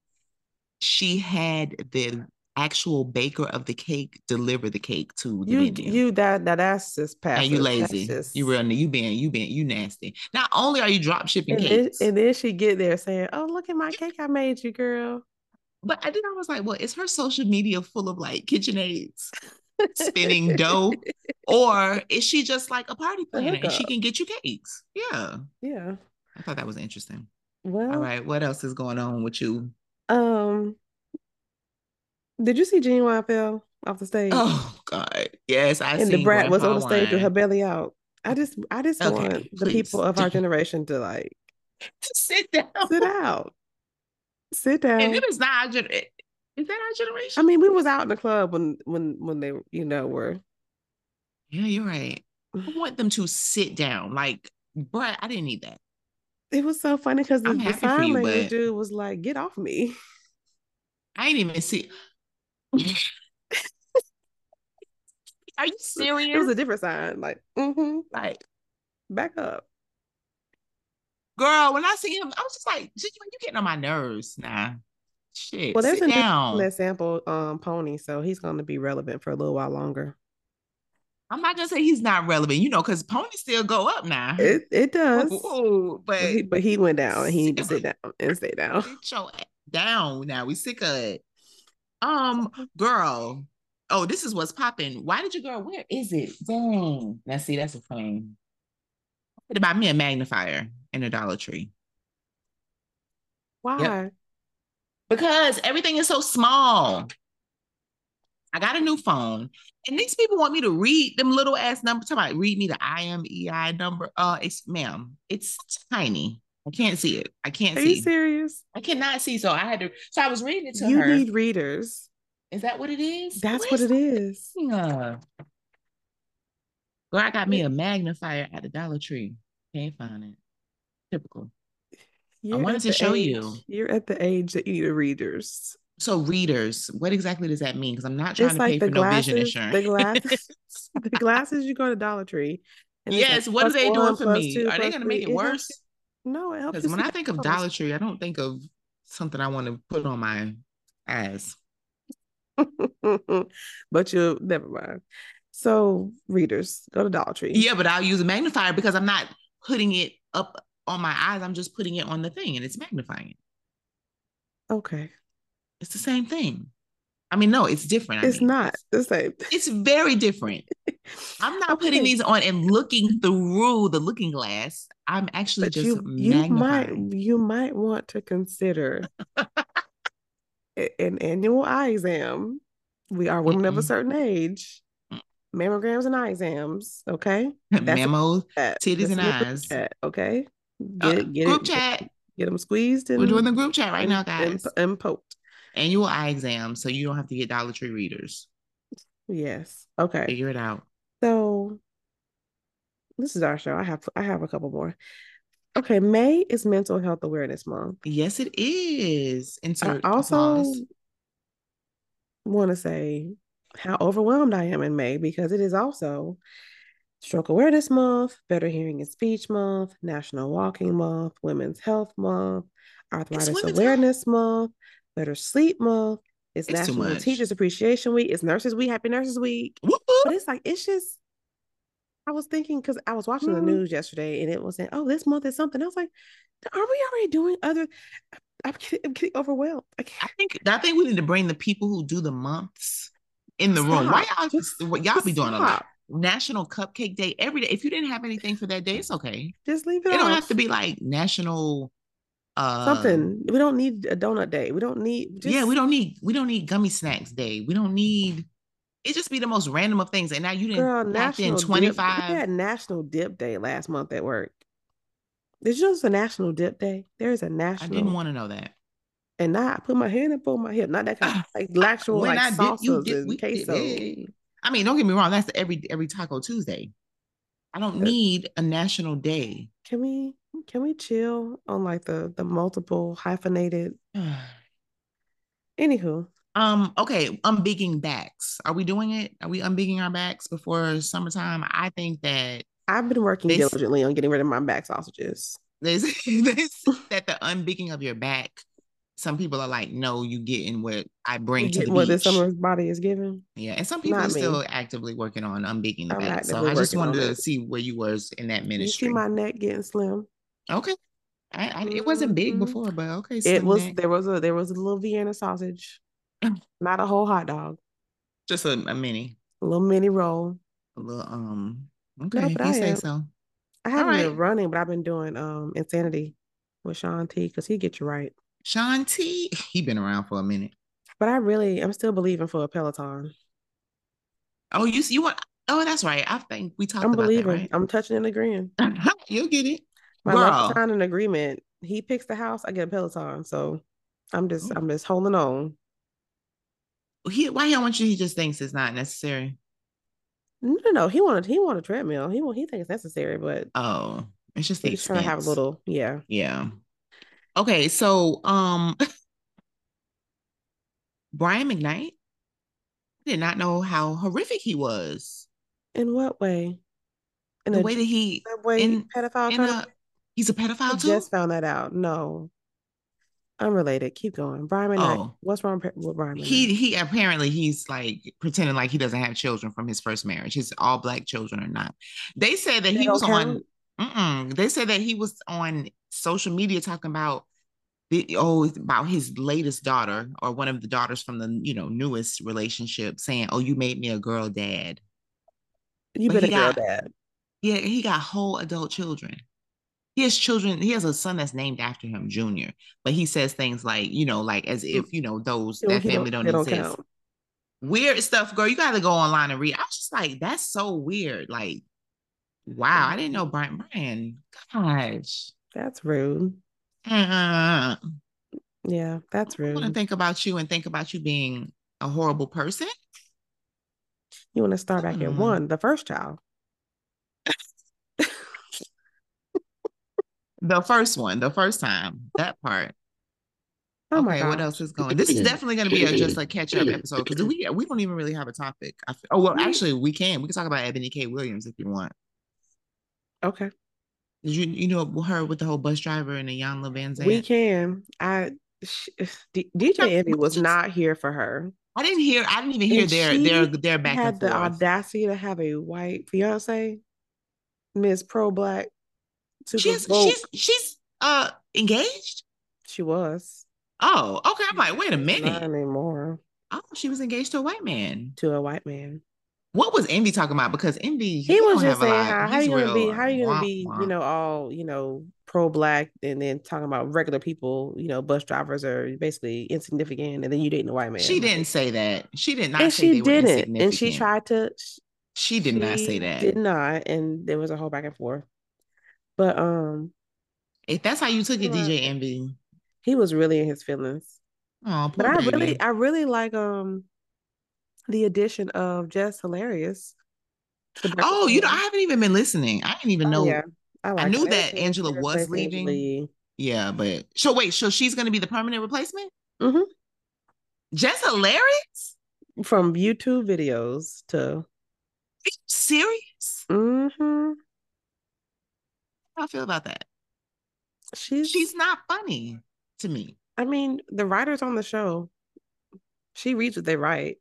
Speaker 2: She had the actual baker of the cake deliver the cake to the
Speaker 3: You
Speaker 2: venue.
Speaker 3: you that that that's just passive.
Speaker 2: and you
Speaker 3: That's
Speaker 2: lazy.
Speaker 3: just-
Speaker 2: You real. You being. You being. You nasty. Not only are you drop shipping
Speaker 3: and then,
Speaker 2: cakes,
Speaker 3: and then she get there saying, "Oh, look at my cake I made you, girl."
Speaker 2: but I then I was like, well, is her social media full of like KitchenAids spinning dough, or is she just like a party planner and she
Speaker 3: hookup.
Speaker 2: can get you cakes? Yeah,
Speaker 3: Yeah.
Speaker 2: I thought that was interesting.
Speaker 3: Well,
Speaker 2: All right, what else is going on with you?
Speaker 3: um, did you see Genuine fell off the stage?
Speaker 2: Oh God, yes, I
Speaker 3: and the
Speaker 2: seen
Speaker 3: brat
Speaker 2: Gwen
Speaker 3: was on the stage with her
Speaker 2: Pawan.
Speaker 3: belly out. I just I just
Speaker 2: Mm. Okay,
Speaker 3: want the
Speaker 2: please.
Speaker 3: people of our generation to like
Speaker 2: Sit down.
Speaker 3: sit out. Sit
Speaker 2: And
Speaker 3: down.
Speaker 2: it is not our gen- Is that our generation?
Speaker 3: I mean, we was out in the club when when when they, you know, were
Speaker 2: Yeah, you're right. I want them to sit down. Like, bruh, I didn't need that.
Speaker 3: it was so funny because the,
Speaker 2: I'm
Speaker 3: the
Speaker 2: happy for
Speaker 3: sign
Speaker 2: you,
Speaker 3: language
Speaker 2: but-
Speaker 3: dude was like, get off me.
Speaker 2: I ain't even see. Are you serious?
Speaker 3: It was a different sign, like, mm-hmm,
Speaker 2: like,
Speaker 3: back up.
Speaker 2: girl, when I see him, I was just like, "Genuine, you getting on my nerves now. Nah. Shit.
Speaker 3: Well, there's
Speaker 2: sit
Speaker 3: a
Speaker 2: down.
Speaker 3: that sample um pony, so he's gonna be relevant for a little while longer.
Speaker 2: I'm not gonna say he's not relevant, you know, because ponies still go up now.
Speaker 3: It it does.
Speaker 2: Ooh, but
Speaker 3: But he, but he went down and he need to sit down and stay down.
Speaker 2: sit your ass down now. We sick of it. Um, girl. Oh, this is what's popping. Why did you girl? Where is it? Dang. Now see, that's a thing. It about me a magnifier in a Dollar Tree
Speaker 3: Why?
Speaker 2: because everything is so small. I got a new phone, and these people want me to read them little ass numbers. Talking about read me the IMEI number. Uh, it's ma'am, it's tiny. I can't see it. I can't
Speaker 3: Are
Speaker 2: see.
Speaker 3: you serious?
Speaker 2: I cannot see. So I had to. So I was reading it to
Speaker 3: You
Speaker 2: her.
Speaker 3: need readers.
Speaker 2: is that what it is?
Speaker 3: That's what it is.
Speaker 2: Yeah. Girl, I got me a magnifier at the Dollar Tree. Can't find it. Typical.
Speaker 3: You're
Speaker 2: wanted
Speaker 3: at
Speaker 2: to
Speaker 3: the
Speaker 2: show
Speaker 3: age-
Speaker 2: you.
Speaker 3: You're at the age that you need readers.
Speaker 2: So readers, what exactly does that mean? Because I'm not trying
Speaker 3: it's
Speaker 2: to
Speaker 3: like
Speaker 2: pay
Speaker 3: the
Speaker 2: for
Speaker 3: glasses.
Speaker 2: no vision insurance.
Speaker 3: The glasses. the glasses. You go to Dollar Tree. it's like
Speaker 2: yes, what are
Speaker 3: plus
Speaker 2: they doing
Speaker 3: one,
Speaker 2: for
Speaker 3: plus
Speaker 2: me?
Speaker 3: two,
Speaker 2: are they
Speaker 3: plus
Speaker 2: going to
Speaker 3: three.
Speaker 2: make it
Speaker 3: helps you-
Speaker 2: worse?
Speaker 3: no, it helps you.
Speaker 2: Because when
Speaker 3: see
Speaker 2: I
Speaker 3: the
Speaker 2: think of
Speaker 3: colors.
Speaker 2: Dollar Tree, I don't think of something I want to put on my eyes.
Speaker 3: but you never mind. So readers, go to Dollar Tree.
Speaker 2: Yeah, but I'll use a magnifier because I'm not putting it up on my eyes. I'm just putting it on the thing and it's magnifying. it.
Speaker 3: Okay.
Speaker 2: It's the same thing. I mean, no, it's different. I
Speaker 3: It's
Speaker 2: mean.
Speaker 3: not the same.
Speaker 2: It's very different. I'm not putting
Speaker 3: Okay.
Speaker 2: these on and looking through the looking glass. I'm actually
Speaker 3: But
Speaker 2: just
Speaker 3: you you might
Speaker 2: magnifying.
Speaker 3: you might want to consider a- an annual eye exam. We are women of a
Speaker 2: Mm-mm.
Speaker 3: certain age.
Speaker 2: Mm.
Speaker 3: Mammograms and eye exams, okay? That's a-
Speaker 2: Memos,
Speaker 3: That-
Speaker 2: titties,
Speaker 3: that's
Speaker 2: and
Speaker 3: in the group
Speaker 2: eyes.
Speaker 3: chat, okay?
Speaker 2: Uh,
Speaker 3: Get it, get
Speaker 2: group
Speaker 3: it,
Speaker 2: chat.
Speaker 3: get them squeezed and
Speaker 2: We're doing the group chat right
Speaker 3: and-
Speaker 2: now,
Speaker 3: and,
Speaker 2: guys.
Speaker 3: and poked.
Speaker 2: Annual eye exam, so you don't have to get Dollar Tree readers.
Speaker 3: Yes. Okay.
Speaker 2: Figure it out.
Speaker 3: So this is our show. I have I have a couple more. Okay, May is Mental Health Awareness Month.
Speaker 2: Yes, it is.
Speaker 3: I
Speaker 2: Insert applause.
Speaker 3: also want to say how overwhelmed I am in May because it is also Stroke Awareness Month, Better Hearing and Speech Month, National Walking Month, Women's Health Month, Arthritis
Speaker 2: Women's
Speaker 3: Awareness Month, Better Sleep Month. It's,
Speaker 2: It's too
Speaker 3: National
Speaker 2: much.
Speaker 3: Teachers Appreciation Week. It's Nurses Week. Happy Nurses Week.
Speaker 2: Whoop, whoop.
Speaker 3: But it's like, it's just, I was thinking because I was watching
Speaker 2: Mhm.
Speaker 3: the news yesterday and it was saying, oh, this month is something. I was like, are we already doing other? I'm getting, I'm getting overwhelmed. I can't.
Speaker 2: I think I think we need to bring the people who do the months in the room. Why
Speaker 3: Stop.
Speaker 2: y'all
Speaker 3: Just-
Speaker 2: y'all be
Speaker 3: just
Speaker 2: doing a lot?
Speaker 3: stop.
Speaker 2: National Cupcake Day every day. If you didn't have anything for that day, it's okay.
Speaker 3: Just leave it
Speaker 2: It don't
Speaker 3: off.
Speaker 2: have to be like national uh
Speaker 3: something. We don't need a donut day. We don't need just
Speaker 2: yeah, we don't need we don't need gummy snacks day. We don't need it just be the most random of things. And now you didn't
Speaker 3: Girl,
Speaker 2: back
Speaker 3: national
Speaker 2: in
Speaker 3: dip-
Speaker 2: twenty
Speaker 3: We
Speaker 2: five.
Speaker 3: had National Dip Day last month at work. Did you know it's a National Dip Day? There is a
Speaker 2: I
Speaker 3: national,
Speaker 2: didn't want to know that.
Speaker 3: and I put my hand up on my hip, not that kind of like the actual
Speaker 2: When
Speaker 3: like
Speaker 2: I dip,
Speaker 3: salsas
Speaker 2: you dip, we dip.
Speaker 3: and queso.
Speaker 2: Hey. I mean, don't get me wrong. That's every every Taco Tuesday. I don't
Speaker 3: Uh,
Speaker 2: need a national day.
Speaker 3: Can we can we chill on like the the multiple hyphenated? Anywho,
Speaker 2: Um, okay, unbigging backs. Are we doing it? Are we unbigging our backs before summertime? I think that
Speaker 3: I've been working
Speaker 2: They s-
Speaker 3: diligently on getting rid of my back sausages.
Speaker 2: there's this that the unbigging of your back. Some people are like, no, you getting what I bring to the
Speaker 3: Getting
Speaker 2: beach.
Speaker 3: what this summer's body is giving.
Speaker 2: Yeah, and some people
Speaker 3: Not
Speaker 2: are still
Speaker 3: me.
Speaker 2: actively working on unbigging the
Speaker 3: I'm
Speaker 2: back. So
Speaker 3: actively
Speaker 2: I just
Speaker 3: working on
Speaker 2: wanted to
Speaker 3: it.
Speaker 2: see where you was in that
Speaker 3: You see
Speaker 2: ministry.
Speaker 3: my neck getting slim.
Speaker 2: Okay. I, I it wasn't big
Speaker 3: Mhm.
Speaker 2: before, but okay.
Speaker 3: It
Speaker 2: slim
Speaker 3: was
Speaker 2: neck.
Speaker 3: there was a there was a little Vienna sausage,
Speaker 2: Mm.
Speaker 3: not a whole hot dog,
Speaker 2: just a, a mini,
Speaker 3: a little mini roll.
Speaker 2: a little um. Okay, if
Speaker 3: but
Speaker 2: you
Speaker 3: I
Speaker 2: say
Speaker 3: am.
Speaker 2: so.
Speaker 3: I haven't been
Speaker 2: right.
Speaker 3: running, but I've been doing um insanity with Sean T because he get you right.
Speaker 2: Sean T, he been around for a minute.
Speaker 3: But I really I'm still believing for a Peloton.
Speaker 2: Oh, you you want? Oh, that's right. I think we talked
Speaker 3: I'm
Speaker 2: about
Speaker 3: believing.
Speaker 2: that,
Speaker 3: I'm touching and agreeing.
Speaker 2: right? You'll get it.
Speaker 3: My
Speaker 2: Girl.
Speaker 3: last time in agreement, he picks the house, I get a Peloton. So I'm just
Speaker 2: Ooh.
Speaker 3: I'm just holding on.
Speaker 2: He why he don't want you? He just thinks it's not necessary.
Speaker 3: No, no, no. He wanted he wanted a treadmill. He want he thinks it's necessary, but
Speaker 2: Oh, it's just the
Speaker 3: he's trying to have a
Speaker 2: expense.
Speaker 3: little yeah.
Speaker 2: Yeah. Okay, so um, Brian McKnight I did not know how horrific he was.
Speaker 3: In what way? In
Speaker 2: the
Speaker 3: a
Speaker 2: way that he
Speaker 3: subway
Speaker 2: in-
Speaker 3: pedophile
Speaker 2: in
Speaker 3: kind of
Speaker 2: a he's a
Speaker 3: I
Speaker 2: pedophile too.
Speaker 3: just found that out. No, unrelated. Keep going. Brian and
Speaker 2: Oh.
Speaker 3: What's wrong pe- with Brian? McKnight?
Speaker 2: he he apparently he's like pretending like he doesn't have children from his first marriage. His all black children or not. They said that
Speaker 3: They
Speaker 2: he
Speaker 3: don't
Speaker 2: was on.
Speaker 3: count?
Speaker 2: Mm-mm, they said that he was on social media talking about the oh it's about his latest daughter or one of the daughters from the you know newest relationship, saying, "Oh, you made me a girl dad."
Speaker 3: You
Speaker 2: but
Speaker 3: better
Speaker 2: he
Speaker 3: girl
Speaker 2: got-
Speaker 3: that.
Speaker 2: Yeah, he got whole adult children. He has children. He has a son that's named after him, Junior. But he says things like, you know, like as if you know those that family Mm. don't, exist. weird stuff, girl. You got to go online and read. I was just like, that's so weird. Like, wow, I didn't know Brian. Brian, gosh,
Speaker 3: That's rude.
Speaker 2: uh, I
Speaker 3: Yeah, that's
Speaker 2: want to
Speaker 3: rude.
Speaker 2: think about you and think about you being a horrible person.
Speaker 3: You want to start back at
Speaker 2: Mm.
Speaker 3: one, the first child.
Speaker 2: The first one, the first time, that part.
Speaker 3: Oh my
Speaker 2: okay, what
Speaker 3: god.
Speaker 2: else is going? This is definitely going to be a just a catch up episode because we we don't even really have a topic. I feel, oh well,
Speaker 3: We-
Speaker 2: actually, we can. We can talk about Ebony K. Williams if you want.
Speaker 3: Okay,
Speaker 2: Did you you know her with the whole bus driver and the Yon Van Zandt?
Speaker 3: we can. I sh- D- DJ Envy was
Speaker 2: just-
Speaker 3: not here for her.
Speaker 2: I didn't hear. I didn't even hear
Speaker 3: And
Speaker 2: their their
Speaker 3: she
Speaker 2: their
Speaker 3: She
Speaker 2: back
Speaker 3: had
Speaker 2: and
Speaker 3: the
Speaker 2: forth.
Speaker 3: audacity to have a white fiance, Miss Pro Black. Super
Speaker 2: she's
Speaker 3: woke.
Speaker 2: she's she's uh engaged.
Speaker 3: she was
Speaker 2: Oh, okay. I'm like, wait a
Speaker 3: not
Speaker 2: minute.
Speaker 3: anymore
Speaker 2: Oh, she was engaged to a white man.
Speaker 3: to a white man.
Speaker 2: What was Envy talking about? Because Envy,
Speaker 3: he
Speaker 2: don't
Speaker 3: was
Speaker 2: have a
Speaker 3: just saying
Speaker 2: lot.
Speaker 3: how how
Speaker 2: He's
Speaker 3: you gonna be
Speaker 2: real
Speaker 3: how you gonna
Speaker 2: womp
Speaker 3: be you
Speaker 2: womp.
Speaker 3: know all you know pro black and then talking about regular people you know bus drivers are basically insignificant and then you dating a white man
Speaker 2: She
Speaker 3: Like,
Speaker 2: didn't say that. She did not
Speaker 3: and
Speaker 2: say they
Speaker 3: she
Speaker 2: were
Speaker 3: didn't and she
Speaker 2: insignificant.
Speaker 3: tried to
Speaker 2: She did not say
Speaker 3: she
Speaker 2: that.
Speaker 3: did not and there was a whole back and forth but um
Speaker 2: If that's how you took it,
Speaker 3: Right.
Speaker 2: DJ Envy.
Speaker 3: he was really in his feelings
Speaker 2: Oh,
Speaker 3: but
Speaker 2: poor
Speaker 3: I
Speaker 2: baby.
Speaker 3: really I really like um the addition of Jess Hilarious. to Breakfast
Speaker 2: oh, you know, I
Speaker 3: Club.
Speaker 2: haven't even been listening. I didn't even know.
Speaker 3: Oh, yeah, I like
Speaker 2: knew
Speaker 3: it.
Speaker 2: that Angela
Speaker 3: Ever
Speaker 2: was
Speaker 3: since
Speaker 2: leaving.
Speaker 3: Lee.
Speaker 2: Yeah, but so wait, so she's gonna be the permanent replacement?
Speaker 3: Mhm.
Speaker 2: Just hilarious?
Speaker 3: from YouTube videos to
Speaker 2: Are you serious?
Speaker 3: hmm
Speaker 2: How do I feel about that?
Speaker 3: she's
Speaker 2: She's not funny to me.
Speaker 3: I mean the writers on the show she reads what they write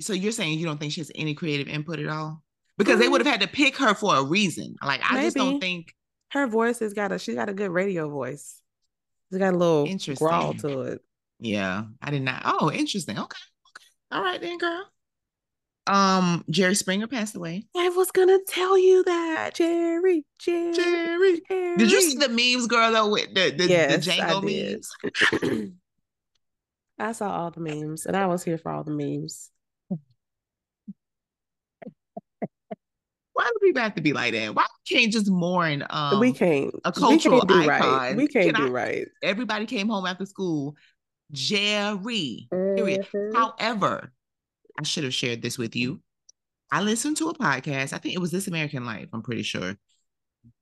Speaker 2: So you're saying you don't think she has any creative input at all? Because they would have had to pick her for a reason. Like I just don't
Speaker 3: Mm-hmm. Maybe.
Speaker 2: think
Speaker 3: her voice has got a she's got a good radio voice it's got a little growl
Speaker 2: Interesting.
Speaker 3: to it
Speaker 2: yeah, I did not. Oh, interesting. Okay. Okay. All right then, girl. Um, Jerry Springer passed away.
Speaker 3: I was gonna tell you that Jerry Jerry,
Speaker 2: Jerry. Did you see the memes, girl, though, with the, the,
Speaker 3: Yes,
Speaker 2: the
Speaker 3: I
Speaker 2: Django
Speaker 3: did.
Speaker 2: memes?
Speaker 3: I saw all the memes and I was here for all the memes
Speaker 2: Why do people have to be like that? Why we can't just mourn um
Speaker 3: we can't.
Speaker 2: a
Speaker 3: we
Speaker 2: cultural
Speaker 3: can't do right.
Speaker 2: icon?
Speaker 3: We can't
Speaker 2: Can
Speaker 3: do
Speaker 2: I-
Speaker 3: right.
Speaker 2: everybody came home after school. Jerry. Period.
Speaker 3: Mm-hmm.
Speaker 2: However, I should have shared this with you. I listened to a podcast. I think it was This American Life, I'm pretty sure.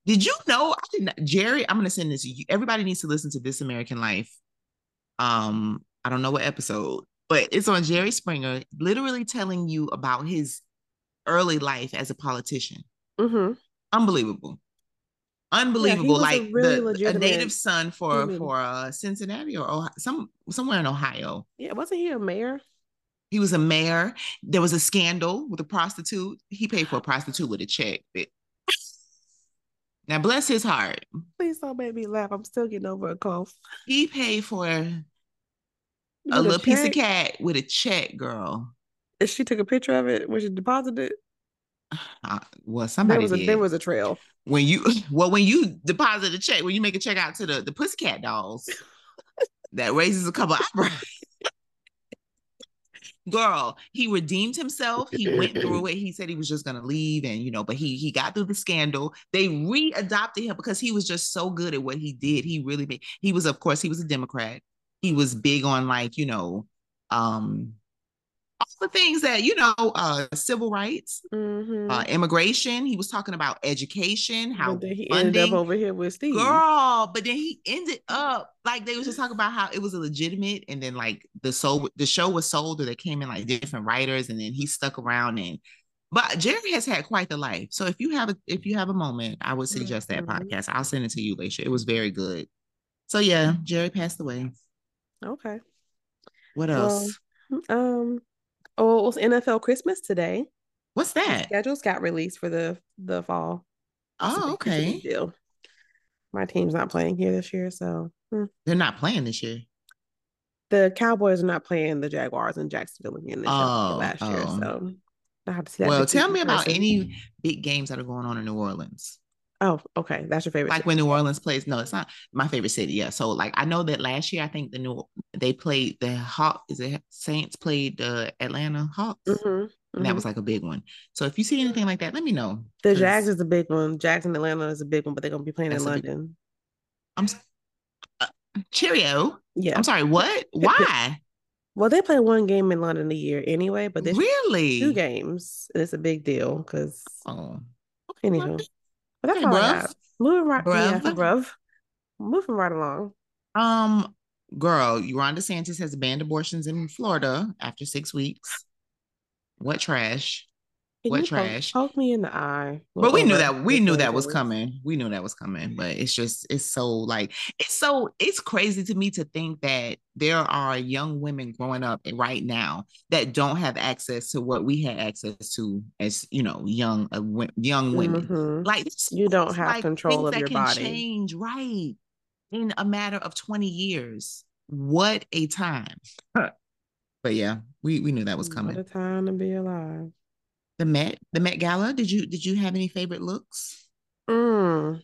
Speaker 2: Did you know I did not Jerry, I'm gonna send this. to you. Everybody needs to listen to This American Life. Um, I don't know what episode, but it's on Jerry Springer, literally telling you about his early life as a politician.
Speaker 3: Mm-hmm.
Speaker 2: Unbelievable. Unbelievable.
Speaker 3: was a
Speaker 2: like
Speaker 3: really
Speaker 2: the- a
Speaker 3: legitimate
Speaker 2: native son for
Speaker 3: human.
Speaker 2: for uh, Cincinnati or Ohio, some somewhere in Ohio.
Speaker 3: Yeah, wasn't he a mayor?
Speaker 2: He was a mayor. There was a scandal with a prostitute. He paid for a prostitute with a check. But- Now, bless his heart,
Speaker 3: Please don't make me laugh. I'm still getting over a cough.
Speaker 2: he paid for a
Speaker 3: You
Speaker 2: little
Speaker 3: know,
Speaker 2: piece of
Speaker 3: check-
Speaker 2: cat with a check, girl.
Speaker 3: and she took a picture of it when she deposited it.
Speaker 2: Uh, well,
Speaker 3: There
Speaker 2: somebody
Speaker 3: was a
Speaker 2: did.
Speaker 3: there was a trail.
Speaker 2: when you well, when you deposit a check, when you make a check out to the the pussycat dolls, that raises a couple eyebrows. Girl, he redeemed himself. He went through it. He said he was just gonna leave, and you know, but he he got through the scandal. They re-adopted him because he was just so good at what he did. He really made, he was, of course, he was a Democrat. He was big on like you know, um, all the things that you know, uh, civil rights,
Speaker 3: Mm-hmm.
Speaker 2: uh, immigration. He was talking about education, how
Speaker 3: but then he ended
Speaker 2: funding
Speaker 3: up over here with Steve.
Speaker 2: girl but then he ended up like they was just talking about how it was illegitimate and then like the soul the show was sold or they came in like different writers and then he stuck around and but jerry has had quite the life so if you have a if you have a moment i would suggest that
Speaker 3: Mhm.
Speaker 2: podcast i'll send it to you later it was very good so yeah jerry passed away
Speaker 3: Okay.
Speaker 2: what
Speaker 3: Well-
Speaker 2: else
Speaker 3: Um. Oh, it was NFL Christmas today.
Speaker 2: what's
Speaker 3: The
Speaker 2: that
Speaker 3: Schedules got released for the the fall. It's a
Speaker 2: oh
Speaker 3: big Christmas
Speaker 2: okay
Speaker 3: Deal. My team's not playing here this year, so hmm.
Speaker 2: they're not playing this year
Speaker 3: the Cowboys are not playing the Jaguars in Jacksonville again this year
Speaker 2: Oh,
Speaker 3: last year.
Speaker 2: oh.
Speaker 3: So I have to see that.
Speaker 2: well
Speaker 3: defeat
Speaker 2: tell
Speaker 3: in
Speaker 2: me about
Speaker 3: person.
Speaker 2: any big games that are going on in new orleans
Speaker 3: Oh, okay. That's your favorite.
Speaker 2: like when New Orleans plays. No, it's not my favorite city. Yeah. So like I know that last year I think the new they played the Hawk is it Saints played the Atlanta Hawks.
Speaker 3: Mm-hmm.
Speaker 2: And that was like a big one. So if you see anything like that, let me know.
Speaker 3: the
Speaker 2: 'cause
Speaker 3: Jags is a big one. Jags in Atlanta is a big one, but they're gonna be playing in
Speaker 2: That's a big-
Speaker 3: London.
Speaker 2: I'm s- uh, Cheerio.
Speaker 3: Yeah.
Speaker 2: I'm sorry. What? Why?
Speaker 3: Well, they play one game in London a year anyway, but this year
Speaker 2: really?
Speaker 3: two games. And it's a big deal because
Speaker 2: Oh,
Speaker 3: anywho. But that's
Speaker 2: Hey,
Speaker 3: all I
Speaker 2: bruv.
Speaker 3: got. Moving right, yeah,
Speaker 2: Bruv.
Speaker 3: bruv. Moving right along.
Speaker 2: Um, girl, Ron DeSantis has banned abortions in Florida after six weeks. What trash?
Speaker 3: Can
Speaker 2: What
Speaker 3: you poke-
Speaker 2: trash?
Speaker 3: Poke, me in the eye.
Speaker 2: but we knew
Speaker 3: over
Speaker 2: that we
Speaker 3: the
Speaker 2: knew that was
Speaker 3: Panthers.
Speaker 2: coming we knew that was coming but it's just it's so like it's so it's crazy to me to think that there are young women growing up right now that don't have access to what we had access to as you know young uh, wo- young women
Speaker 3: Mhm.
Speaker 2: like it's-
Speaker 3: You don't
Speaker 2: it's
Speaker 3: have
Speaker 2: like
Speaker 3: control
Speaker 2: things
Speaker 3: of
Speaker 2: that
Speaker 3: your
Speaker 2: can
Speaker 3: body.
Speaker 2: change right in a matter of 20 years what a time but yeah we we knew that was
Speaker 3: What a
Speaker 2: coming
Speaker 3: time to be alive.
Speaker 2: the met the met gala did you did you have any favorite looks
Speaker 3: Mm.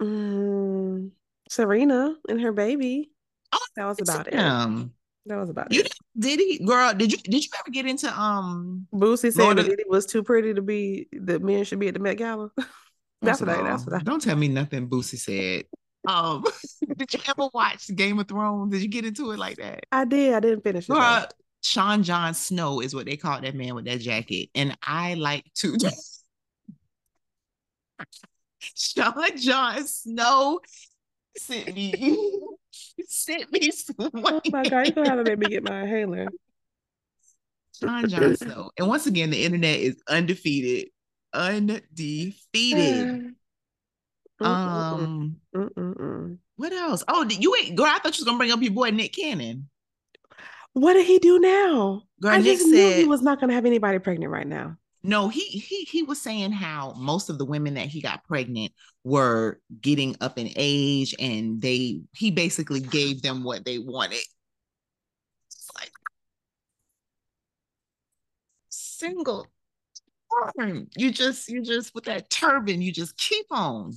Speaker 3: Mm. Serena and her baby.
Speaker 2: Oh,
Speaker 3: that was about it.
Speaker 2: Instagram.
Speaker 3: That was about
Speaker 2: You
Speaker 3: it.
Speaker 2: Did he, girl? Did you did you ever get into um?
Speaker 3: Boosie said
Speaker 2: Lord
Speaker 3: that
Speaker 2: of-
Speaker 3: Diddy was too pretty to be that men should be at the Met Gala. That's
Speaker 2: first of
Speaker 3: what I- that's
Speaker 2: all,
Speaker 3: what I-
Speaker 2: Don't tell me nothing. Boosie said. Um, did you ever watch Game of Thrones? Did you get into it like that?
Speaker 3: I did. I didn't finish it. though.
Speaker 2: Girl, Sean John Snow is what they call that man with that jacket, and I like to. Sean John Snow sent me sent me
Speaker 3: Oh my god, you're gonna have to make me get my inhaler.
Speaker 2: John John Snow. And once again, the internet is undefeated. Undefeated.
Speaker 3: Mm-hmm. Mm-mm-mm.
Speaker 2: Um,
Speaker 3: Mm-mm-mm.
Speaker 2: what else? Oh, did you ain't girl. I thought you was gonna bring up your boy Nick Cannon.
Speaker 3: What did he do now?
Speaker 2: Girl,
Speaker 3: I
Speaker 2: Nick
Speaker 3: just knew he
Speaker 2: said
Speaker 3: was not gonna have anybody pregnant right now.
Speaker 2: no, he he he was saying how most of the women that he got pregnant were getting up in age and they he basically gave them what they wanted. It's like single. turn. You just you just with that turban, you just keep on.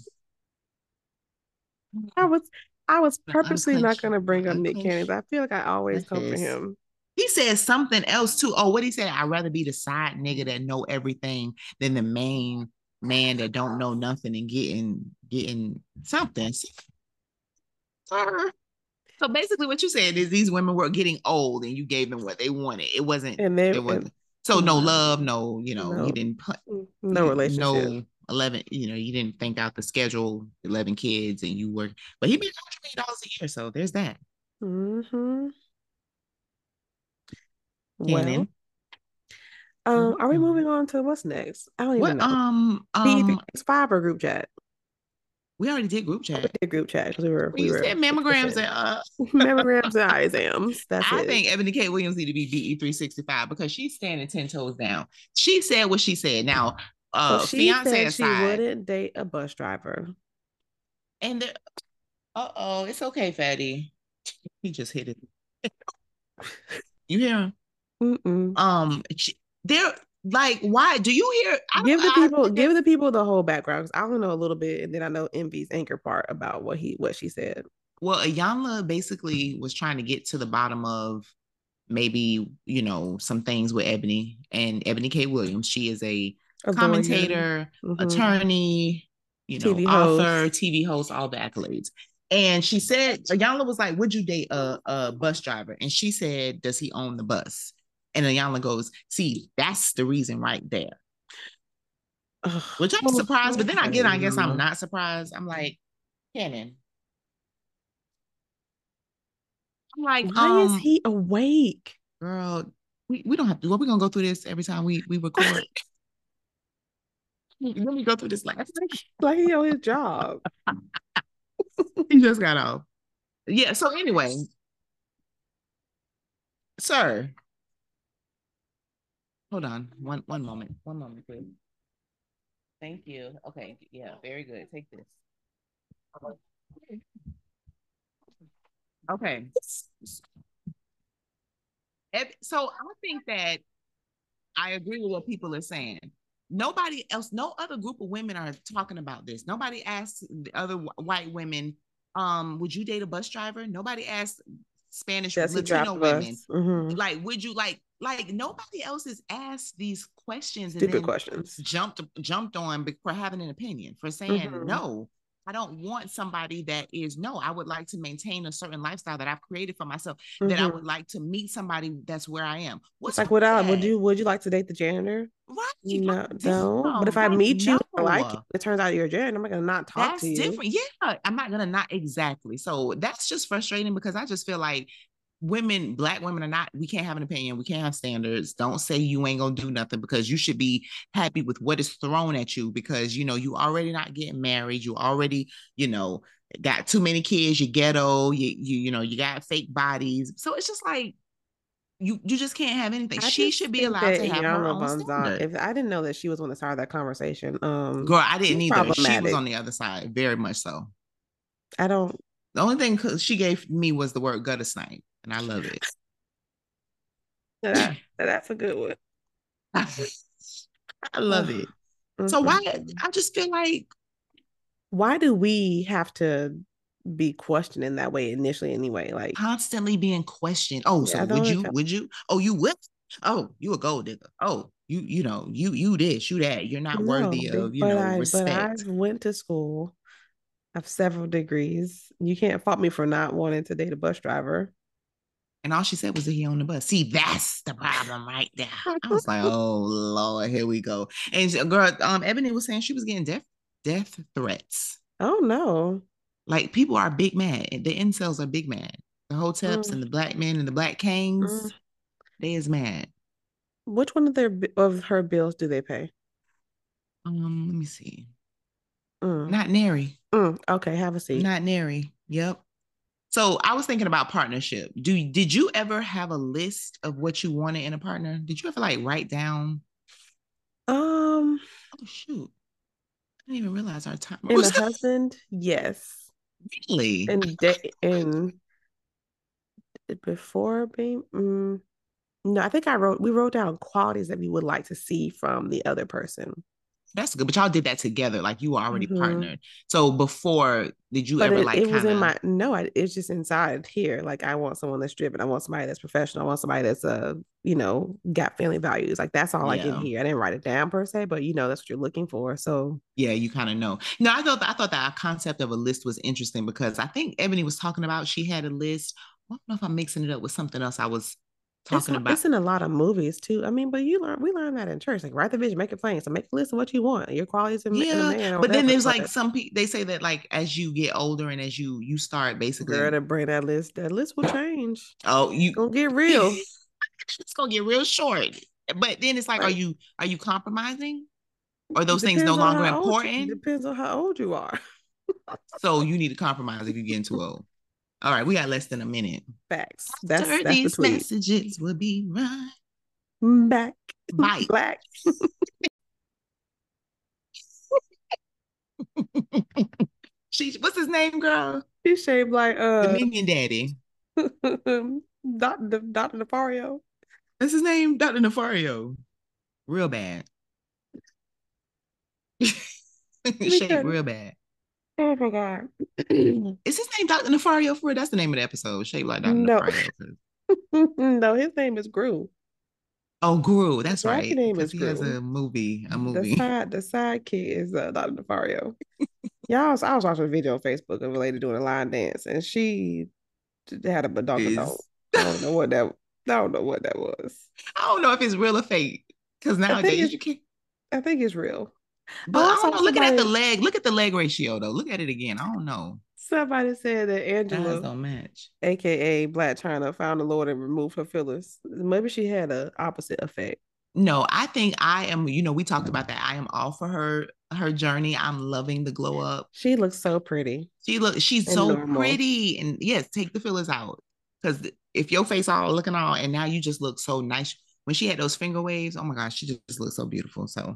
Speaker 3: I was I was
Speaker 2: No,
Speaker 3: purposely not
Speaker 2: unclench-
Speaker 3: gonna bring up Nick
Speaker 2: unclench
Speaker 3: Cannons. I feel like I always
Speaker 2: my
Speaker 3: come for
Speaker 2: fist.
Speaker 3: him.
Speaker 2: He said something else too. Oh, what he said? I'd rather be the side nigga that know everything than the main man that don't know nothing and getting getting something. Sir. So basically, what you're saying is these women were getting old, and you gave them what they wanted. It wasn't.
Speaker 3: And they
Speaker 2: It wasn't. So no
Speaker 3: no.
Speaker 2: love, no. You know,
Speaker 3: No.
Speaker 2: you didn't put
Speaker 3: and no relationship.
Speaker 2: No eleven. You know, you didn't think out the schedule. Eleven kids, and you were. But he made hundred million dollars a year, so there's that.
Speaker 3: Mm-hmm. Well,
Speaker 2: Cannon.
Speaker 3: um, are we
Speaker 2: Mhm.
Speaker 3: moving on to what's next? I don't even
Speaker 2: What
Speaker 3: know.
Speaker 2: um
Speaker 3: Um,
Speaker 2: um
Speaker 3: five or group chat?
Speaker 2: we already did group
Speaker 3: We
Speaker 2: chat.
Speaker 3: did group chat because we were we
Speaker 2: We
Speaker 3: were
Speaker 2: said mammograms and
Speaker 3: discussing
Speaker 2: uh
Speaker 3: mammograms and eye exams. That's
Speaker 2: I
Speaker 3: it.
Speaker 2: think Ebony K. Williams need to be DE three sixty five because she's standing ten toes down. She said what she said. Now, uh,
Speaker 3: Well, she
Speaker 2: fiance
Speaker 3: said she
Speaker 2: aside,
Speaker 3: wouldn't date a bus driver.
Speaker 2: and the uh oh, it's okay, fatty. He just hit it. you hear him?
Speaker 3: Mm-mm.
Speaker 2: Um, she, they're like, why do you hear? I don't-
Speaker 3: Give the
Speaker 2: I-
Speaker 3: people, give the people the whole background 'cause I don't know a little bit, and then I know Envy's anchor part about what he what she said.
Speaker 2: Well, Ayanla basically was trying to get to the bottom of maybe, you know, some things with Ebony and Ebony K. Williams. She is a
Speaker 3: A lawyer.
Speaker 2: commentator,
Speaker 3: Mhm.
Speaker 2: attorney, you know,
Speaker 3: TV host.
Speaker 2: author, TV host, all the accolades. And she said, Ayanla was like, Would you date a, a bus driver? And she said, Does he own the bus? And Ayanla goes, See, that's the reason right there.
Speaker 3: Ugh. Oh,
Speaker 2: Which I'm
Speaker 3: Well,
Speaker 2: surprised, but then I get, I guess
Speaker 3: Ayanla.
Speaker 2: I'm not surprised. I'm like, Cannon. I'm like,
Speaker 3: Why
Speaker 2: um,
Speaker 3: is he awake?
Speaker 2: girl, we, we don't have to. What we gonna go through this every time we we record? Let me go through this last.
Speaker 3: Like he on his job.
Speaker 2: He just got off. Yeah. So anyway, sir. Hold on. One one moment. One moment, please. Thank you. Okay. Yeah. Very good. Take this. Okay. Ev- So I think that I agree with what people are saying. Nobody else, no other group of women are talking about this. Nobody asked the other wh- white women, um, would you date a bus driver? Nobody asked Spanish
Speaker 3: Yes, he
Speaker 2: Latino
Speaker 3: dropped
Speaker 2: women.
Speaker 3: us. Mhm.
Speaker 2: Like, would you like like nobody else has asked these questions and
Speaker 3: Stupid
Speaker 2: then
Speaker 3: questions.
Speaker 2: jumped jumped on be- for having an opinion, for saying
Speaker 3: Mhm.
Speaker 2: no. I don't want somebody that is no. I would like to maintain a certain lifestyle that I've created for myself that I
Speaker 3: Mhm.
Speaker 2: would like to meet somebody that's where I am. What's
Speaker 3: It's like, would I?
Speaker 2: wrong with
Speaker 3: Would
Speaker 2: that?
Speaker 3: you? Would you like to date the janitor?
Speaker 2: Right?
Speaker 3: No,
Speaker 2: like,
Speaker 3: no. But if I
Speaker 2: damn,
Speaker 3: meet you, I like you.
Speaker 2: no.
Speaker 3: It turns out you're a janitor. I'm not gonna not talk
Speaker 2: That's
Speaker 3: to you.
Speaker 2: different. Yeah, I'm not gonna not exactly. So that's just frustrating because I just feel like women, black women, are not. We can't have an opinion. We can't have standards. Don't say you ain't gonna do nothing because you should be happy with what is thrown at you because you know you already not getting married. You already you know got too many kids. You ghetto. You you you know you got fake bodies. So it's just like. You, you just can't have anything.
Speaker 3: I
Speaker 2: she
Speaker 3: just
Speaker 2: should be
Speaker 3: think
Speaker 2: allowed to
Speaker 3: that
Speaker 2: have her
Speaker 3: Yana
Speaker 2: own
Speaker 3: Bonzon-
Speaker 2: standard.
Speaker 3: If I didn't know that she was one that started that conversation, um,
Speaker 2: Girl, I didn't
Speaker 3: She's
Speaker 2: either. She was
Speaker 3: problematic.
Speaker 2: on the other side, very much so.
Speaker 3: I don't.
Speaker 2: The only thing c- she gave me was the word gutter snipe, and I love it.
Speaker 3: that- that's a good one.
Speaker 2: I love it. So
Speaker 3: Mm-mm.
Speaker 2: why? I just feel like
Speaker 3: Mm-hmm. Why do we have to be questioned in that way initially? Anyway, like
Speaker 2: constantly being questioned. Oh, so
Speaker 3: Yeah, I
Speaker 2: would
Speaker 3: don't
Speaker 2: you?
Speaker 3: like-
Speaker 2: Would you? Oh, you would. Oh, you a gold digger. Oh, you you know you you this you that. You're not worthy
Speaker 3: No,
Speaker 2: of you
Speaker 3: but
Speaker 2: know
Speaker 3: I,
Speaker 2: respect.
Speaker 3: But I went to school. I've several degrees. You can't fault me for not wanting to date a bus driver.
Speaker 2: And all she said was that he on the bus. See, that's the problem right there. I was like, oh Lord, here we go. And she- girl, um, Ebony was saying she was getting death death threats.
Speaker 3: Oh no.
Speaker 2: Like people are big mad. The incels are big mad. The hoteps
Speaker 3: Mm.
Speaker 2: and the black men and the black kings,
Speaker 3: Mm.
Speaker 2: they is mad.
Speaker 3: Which one of their bi- of her bills do they pay?
Speaker 2: Um, let me see.
Speaker 3: Mm,
Speaker 2: Not nary.
Speaker 3: mm, Okay, have a seat.
Speaker 2: Not nary. Yep. So I was thinking about partnership. Do did you ever have a list of what you wanted in a partner? Did you ever like write down?
Speaker 3: Um,
Speaker 2: Oh shoot. I didn't even realize our time.
Speaker 3: and
Speaker 2: was
Speaker 3: a husband, yes,
Speaker 2: Really?
Speaker 3: and da- and before being, mm, no, I think I wrote we wrote down qualities that we would like to see from the other person.
Speaker 2: That's good. But y'all did that together. Like you were already
Speaker 3: Mhm.
Speaker 2: partnered. So before, did you
Speaker 3: But
Speaker 2: ever
Speaker 3: it,
Speaker 2: like
Speaker 3: it was
Speaker 2: kinda-
Speaker 3: in my no, I, it's just inside here. Like I want someone that's driven. I want somebody that's professional. I want somebody that's uh, you know, got family values. Like that's all like in
Speaker 2: Yeah.
Speaker 3: here. I didn't write it down per se, but you know that's what you're looking for. So
Speaker 2: Yeah, you kind of know. No, I thought I thought that our concept of a list was interesting because I think Ebony was talking about she had a list. I don't know if I'm mixing it up with something else I was
Speaker 3: it's,
Speaker 2: talking
Speaker 3: a-
Speaker 2: about.
Speaker 3: it's in a lot of movies too. I mean, but you learn we learn that in church. Like write the vision, make it plain. So make a list of what you want. Your qualities in, ma- in a
Speaker 2: Yeah,
Speaker 3: man. or
Speaker 2: but then
Speaker 3: whatever,
Speaker 2: there's like some people they say that like as you get older and as you you start basically
Speaker 3: girl to bring that list. That list will change.
Speaker 2: oh you
Speaker 3: Gonna get real.
Speaker 2: it's gonna get real short. But then it's like, are
Speaker 3: Right.
Speaker 2: you are you compromising? Are those things no
Speaker 3: Depends on
Speaker 2: longer
Speaker 3: how old you-
Speaker 2: important?
Speaker 3: depends on how old you are.
Speaker 2: So you need to compromise if you're getting too old. All right, we got less than a minute.
Speaker 3: Facts. That's
Speaker 2: After
Speaker 3: that's the
Speaker 2: these
Speaker 3: tweet.
Speaker 2: messages will be right
Speaker 3: Back.
Speaker 2: Bye.
Speaker 3: Black.
Speaker 2: she what's his name, girl?
Speaker 3: He's shaped like
Speaker 2: The
Speaker 3: uh
Speaker 2: Minion Daddy.
Speaker 3: Dot the Dr. Nafario.
Speaker 2: That's his name, Dr. Nefario. Real bad. Shape
Speaker 3: couldn't-
Speaker 2: real bad.
Speaker 3: Oh my god.
Speaker 2: Is his name Dr. Nefario for real? That's the name of the episode. Shape like Dr.
Speaker 3: No.
Speaker 2: Nefario. 'cause-
Speaker 3: no, his name is Gru.
Speaker 2: Oh, Guru. That's
Speaker 3: His
Speaker 2: right.
Speaker 3: rapper name
Speaker 2: 'cause
Speaker 3: is
Speaker 2: he has
Speaker 3: Gru.
Speaker 2: a movie. A
Speaker 3: The
Speaker 2: movie.
Speaker 3: side the sidekick is uh, Dr. Nafario. Y'all, I was, I was watching a video on Facebook of a lady doing a line dance, and she d- had a badonka dog.
Speaker 2: Is-
Speaker 3: I don't know what that. I don't know what that was.
Speaker 2: I don't know if it's real or fake. Because nowadays
Speaker 3: it's-
Speaker 2: you can't.
Speaker 3: I think it's real.
Speaker 2: But I
Speaker 3: also
Speaker 2: don't know. Looking at the
Speaker 3: somebody-
Speaker 2: leg, look at the leg ratio though. Look at it again. I don't know.
Speaker 3: Somebody said that
Speaker 2: Guys
Speaker 3: Angela,
Speaker 2: don't match.
Speaker 3: aka Black China, found the Lord and removed her fillers. Maybe she had a opposite effect.
Speaker 2: No, I think I am, you know, we talked about that. I am all for her her journey. I'm loving the glow up.
Speaker 3: She looks so pretty.
Speaker 2: She look she's
Speaker 3: And
Speaker 2: so
Speaker 3: normal.
Speaker 2: pretty. And yes, take the fillers out. Cause if your face all looking all and now you just look so nice. When she had those finger waves, oh my gosh, she just looked so beautiful. So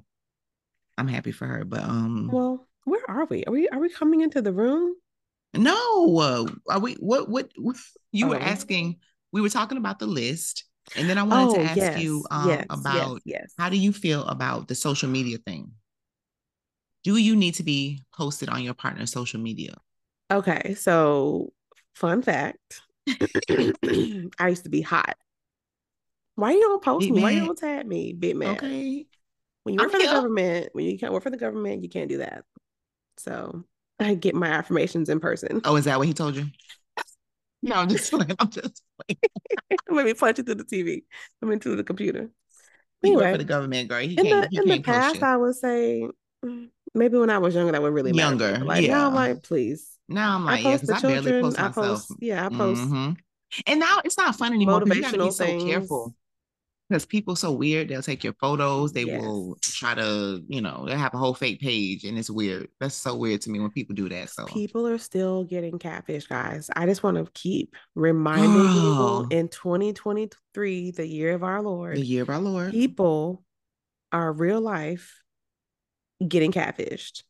Speaker 2: I'm happy for her. But um
Speaker 3: Well, where are we? Are we are we coming into the room?
Speaker 2: no, uh, are we what what you were
Speaker 3: Oh.
Speaker 2: asking, we were talking about the list. And then I wanted to ask you um about
Speaker 3: Oh, yes,
Speaker 2: How do you feel about the social media thing? Do you need to be posted on your partner's social media?
Speaker 3: Okay, so fun fact. I used to be hot. Why you don't post
Speaker 2: Big
Speaker 3: me? Why you
Speaker 2: mad.
Speaker 3: don't tag me? Big man.
Speaker 2: Okay.
Speaker 3: When you work
Speaker 2: I'm
Speaker 3: for the
Speaker 2: here.
Speaker 3: government, when you can't work for the government, you can't do that. So I get my affirmations in person.
Speaker 2: Oh, is that what he told you? No, I'm just playing. I'm just playing.
Speaker 3: Let me punch you through the TV. I mean through the computer.
Speaker 2: You work for
Speaker 3: Anyway,
Speaker 2: the government, girl. He
Speaker 3: in
Speaker 2: can't.
Speaker 3: the
Speaker 2: he
Speaker 3: in the
Speaker 2: can't post
Speaker 3: past,
Speaker 2: you.
Speaker 3: I would say mm, maybe when I was younger, that would really matter.
Speaker 2: Younger,
Speaker 3: But, Like now, I'm
Speaker 2: yeah.
Speaker 3: like, please.
Speaker 2: Now I'm like,
Speaker 3: I
Speaker 2: yeah,
Speaker 3: post
Speaker 2: because
Speaker 3: the
Speaker 2: I barely
Speaker 3: children.
Speaker 2: post
Speaker 3: I
Speaker 2: myself.
Speaker 3: post, yeah, I post
Speaker 2: Mhm. And now it's not fun anymore. 'cause You got to be
Speaker 3: motivational
Speaker 2: so careful because people so weird. They'll take your photos. They will
Speaker 3: Yes.
Speaker 2: try to, you know, they have a whole fake page, and it's weird. That's so weird to me when people do that. So
Speaker 3: People are still getting catfish, guys. I just want to keep reminding people
Speaker 2: Girl.
Speaker 3: in 2023, the year of our Lord,
Speaker 2: Oh. the year of our Lord.
Speaker 3: people are real life getting catfished.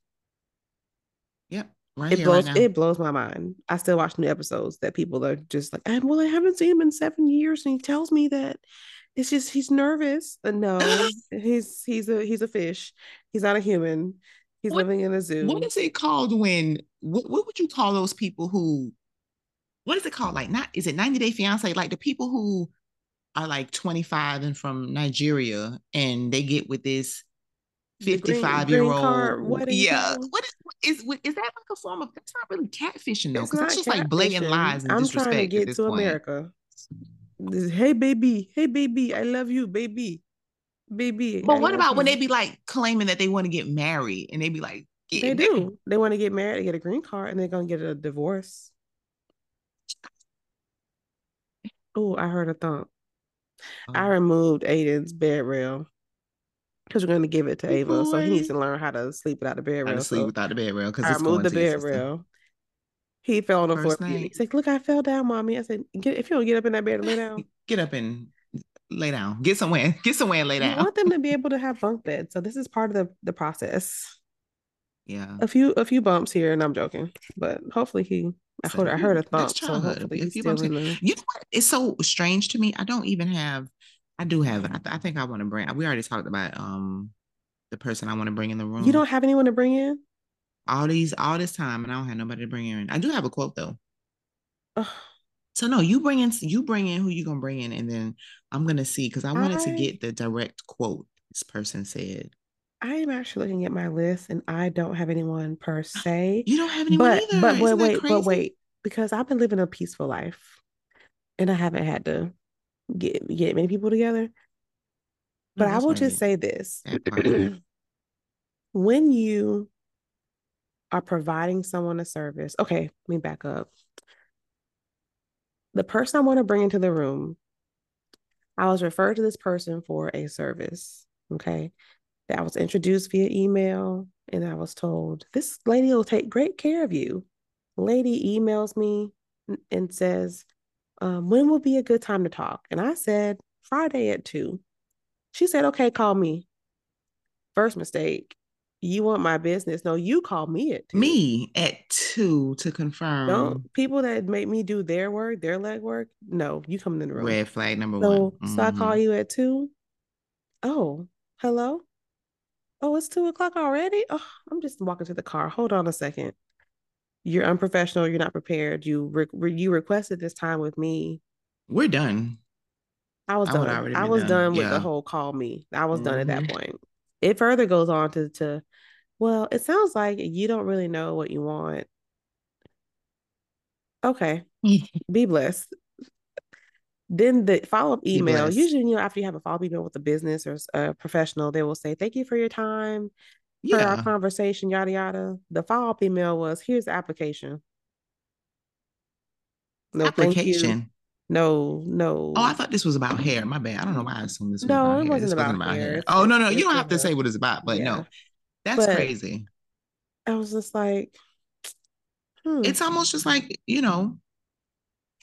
Speaker 2: Yep. Right
Speaker 3: It
Speaker 2: here,
Speaker 3: blows
Speaker 2: right now.
Speaker 3: it blows my mind. I still watch new episodes that people are just like, "Ah, well, I haven't seen him in seven years, and he tells me that it's just he's nervous. Uh, no, he's he's a he's a fish. He's not a human. He's
Speaker 2: What-
Speaker 3: living in a zoo.
Speaker 2: What is it called when what, what would you call those people who what is it called? Like not is it 90 Day Fiance? Like the people who are like 25 and from Nigeria and they get with this
Speaker 3: The green-
Speaker 2: 55 year
Speaker 3: green card
Speaker 2: old.
Speaker 3: wedding
Speaker 2: Yeah.
Speaker 3: thing?
Speaker 2: What is what is what, is that like a form of that's not really catfishing though,
Speaker 3: It's
Speaker 2: because that's
Speaker 3: not
Speaker 2: just like blatant
Speaker 3: catfishing.
Speaker 2: lies and
Speaker 3: I'm
Speaker 2: disrespect
Speaker 3: trying to
Speaker 2: at
Speaker 3: get
Speaker 2: this
Speaker 3: to
Speaker 2: point.
Speaker 3: America. This- hey baby, hey baby, I love you, baby, baby.
Speaker 2: But
Speaker 3: I
Speaker 2: what
Speaker 3: love
Speaker 2: about when
Speaker 3: you."
Speaker 2: they be like claiming that they want to get married and they be like
Speaker 3: They
Speaker 2: getting-
Speaker 3: do. They want to get married, they get a green card, and they're gonna get a divorce. Oh, I heard a thump. I
Speaker 2: Oh.
Speaker 3: removed Aiden's bed rail because we're gonna give it to
Speaker 2: Good
Speaker 3: Ava, so he needs
Speaker 2: boy.
Speaker 3: to learn how to sleep without the bed
Speaker 2: I
Speaker 3: rail.
Speaker 2: just sleep
Speaker 3: so
Speaker 2: without the bed rail because
Speaker 3: I
Speaker 2: it's going
Speaker 3: removed the
Speaker 2: to your
Speaker 3: bed
Speaker 2: system.
Speaker 3: rail. He fell on the floor.
Speaker 2: First
Speaker 3: fuming.
Speaker 2: night.
Speaker 3: He's like, "Look, I fell down, mommy." I said, "Get if you don't get up in that bed and lay down."
Speaker 2: Get up and lay down. Get somewhere. Get somewhere and lay
Speaker 3: You
Speaker 2: down.
Speaker 3: want them to be able to have bunk beds, so this is part of the the process.
Speaker 2: yeah.
Speaker 3: a few a few bumps here, and I'm joking, but hopefully he. I
Speaker 2: So
Speaker 3: heard I
Speaker 2: you-
Speaker 3: heard a
Speaker 2: that's
Speaker 3: thump, so
Speaker 2: childhood.
Speaker 3: hopefully
Speaker 2: A
Speaker 3: he's
Speaker 2: few
Speaker 3: still
Speaker 2: bumps
Speaker 3: in the.
Speaker 2: You know what? It's so strange to me. I don't even have. I do have. I, th- I think I want to bring. We already talked about um the person I want to bring in the room.
Speaker 3: You don't have anyone to bring in?
Speaker 2: all these all this time, and I don't have nobody to bring in. I do have a quote though.
Speaker 3: Ugh,
Speaker 2: So no, you bring in you bring in who you gonna bring in, and then I'm gonna see because I wanted to
Speaker 3: I-
Speaker 2: get the direct quote this person said.
Speaker 3: I am actually looking at my list and I don't have anyone per se.
Speaker 2: You don't have anyone
Speaker 3: But
Speaker 2: either.
Speaker 3: but wait,
Speaker 2: Isn't that
Speaker 3: wait, but
Speaker 2: crazy?
Speaker 3: wait, because I've been living a peaceful life and I haven't had to get get many people together.
Speaker 2: No,
Speaker 3: But I
Speaker 2: that's
Speaker 3: will just
Speaker 2: right.
Speaker 3: say this.
Speaker 2: That part.
Speaker 3: when you are providing someone a service, okay, let me back up. The person I want to bring into the room, I was referred to this person for a service, okay, that I was introduced via email, and I was told, this lady will take great care of you. Lady emails me n- and says, um, when will be a good time to talk? And I said, Friday at two. She said, okay, call me. First mistake. You want my business? No, you call me at two.
Speaker 2: me at two to confirm
Speaker 3: Don't people that make me do their work, their leg work. No, you come in the room.
Speaker 2: red flag number
Speaker 3: So,
Speaker 2: one.
Speaker 3: so I call
Speaker 2: Mhm.
Speaker 3: you at two. Oh, hello. Oh, it's two o'clock already. Oh, I'm just walking to the car. Hold on a second. You're unprofessional. You're not prepared. You re- re- you requested this time with me.
Speaker 2: We're done.
Speaker 3: I was
Speaker 2: I would
Speaker 3: done.
Speaker 2: already
Speaker 3: I
Speaker 2: been
Speaker 3: was
Speaker 2: done.
Speaker 3: done with
Speaker 2: Yeah.
Speaker 3: the whole call me. I was done at that
Speaker 2: Mhm.
Speaker 3: point. It further goes on to to, well, it sounds like you don't really know what you want. Okay. Be blessed. Then the follow up email,
Speaker 2: blessed.
Speaker 3: usually, you know, after you have a follow up email with a business or s- a professional, they will say, Thank you for your time, for our
Speaker 2: Yeah.
Speaker 3: conversation, yada, yada. The follow up email was, Here's the application. No, thank you.
Speaker 2: Application.
Speaker 3: No, no.
Speaker 2: Oh, I thought this was about hair. My bad. I don't know why I assumed this was
Speaker 3: No,
Speaker 2: about
Speaker 3: it
Speaker 2: hair.
Speaker 3: wasn't
Speaker 2: This
Speaker 3: about hair. It's
Speaker 2: Oh no,
Speaker 3: just-
Speaker 2: no, you
Speaker 3: it's
Speaker 2: don't have to
Speaker 3: just-
Speaker 2: say what it's about, but
Speaker 3: yeah.
Speaker 2: no, that's
Speaker 3: But-
Speaker 2: crazy.
Speaker 3: I was just like, hmm,
Speaker 2: It's almost just like you know,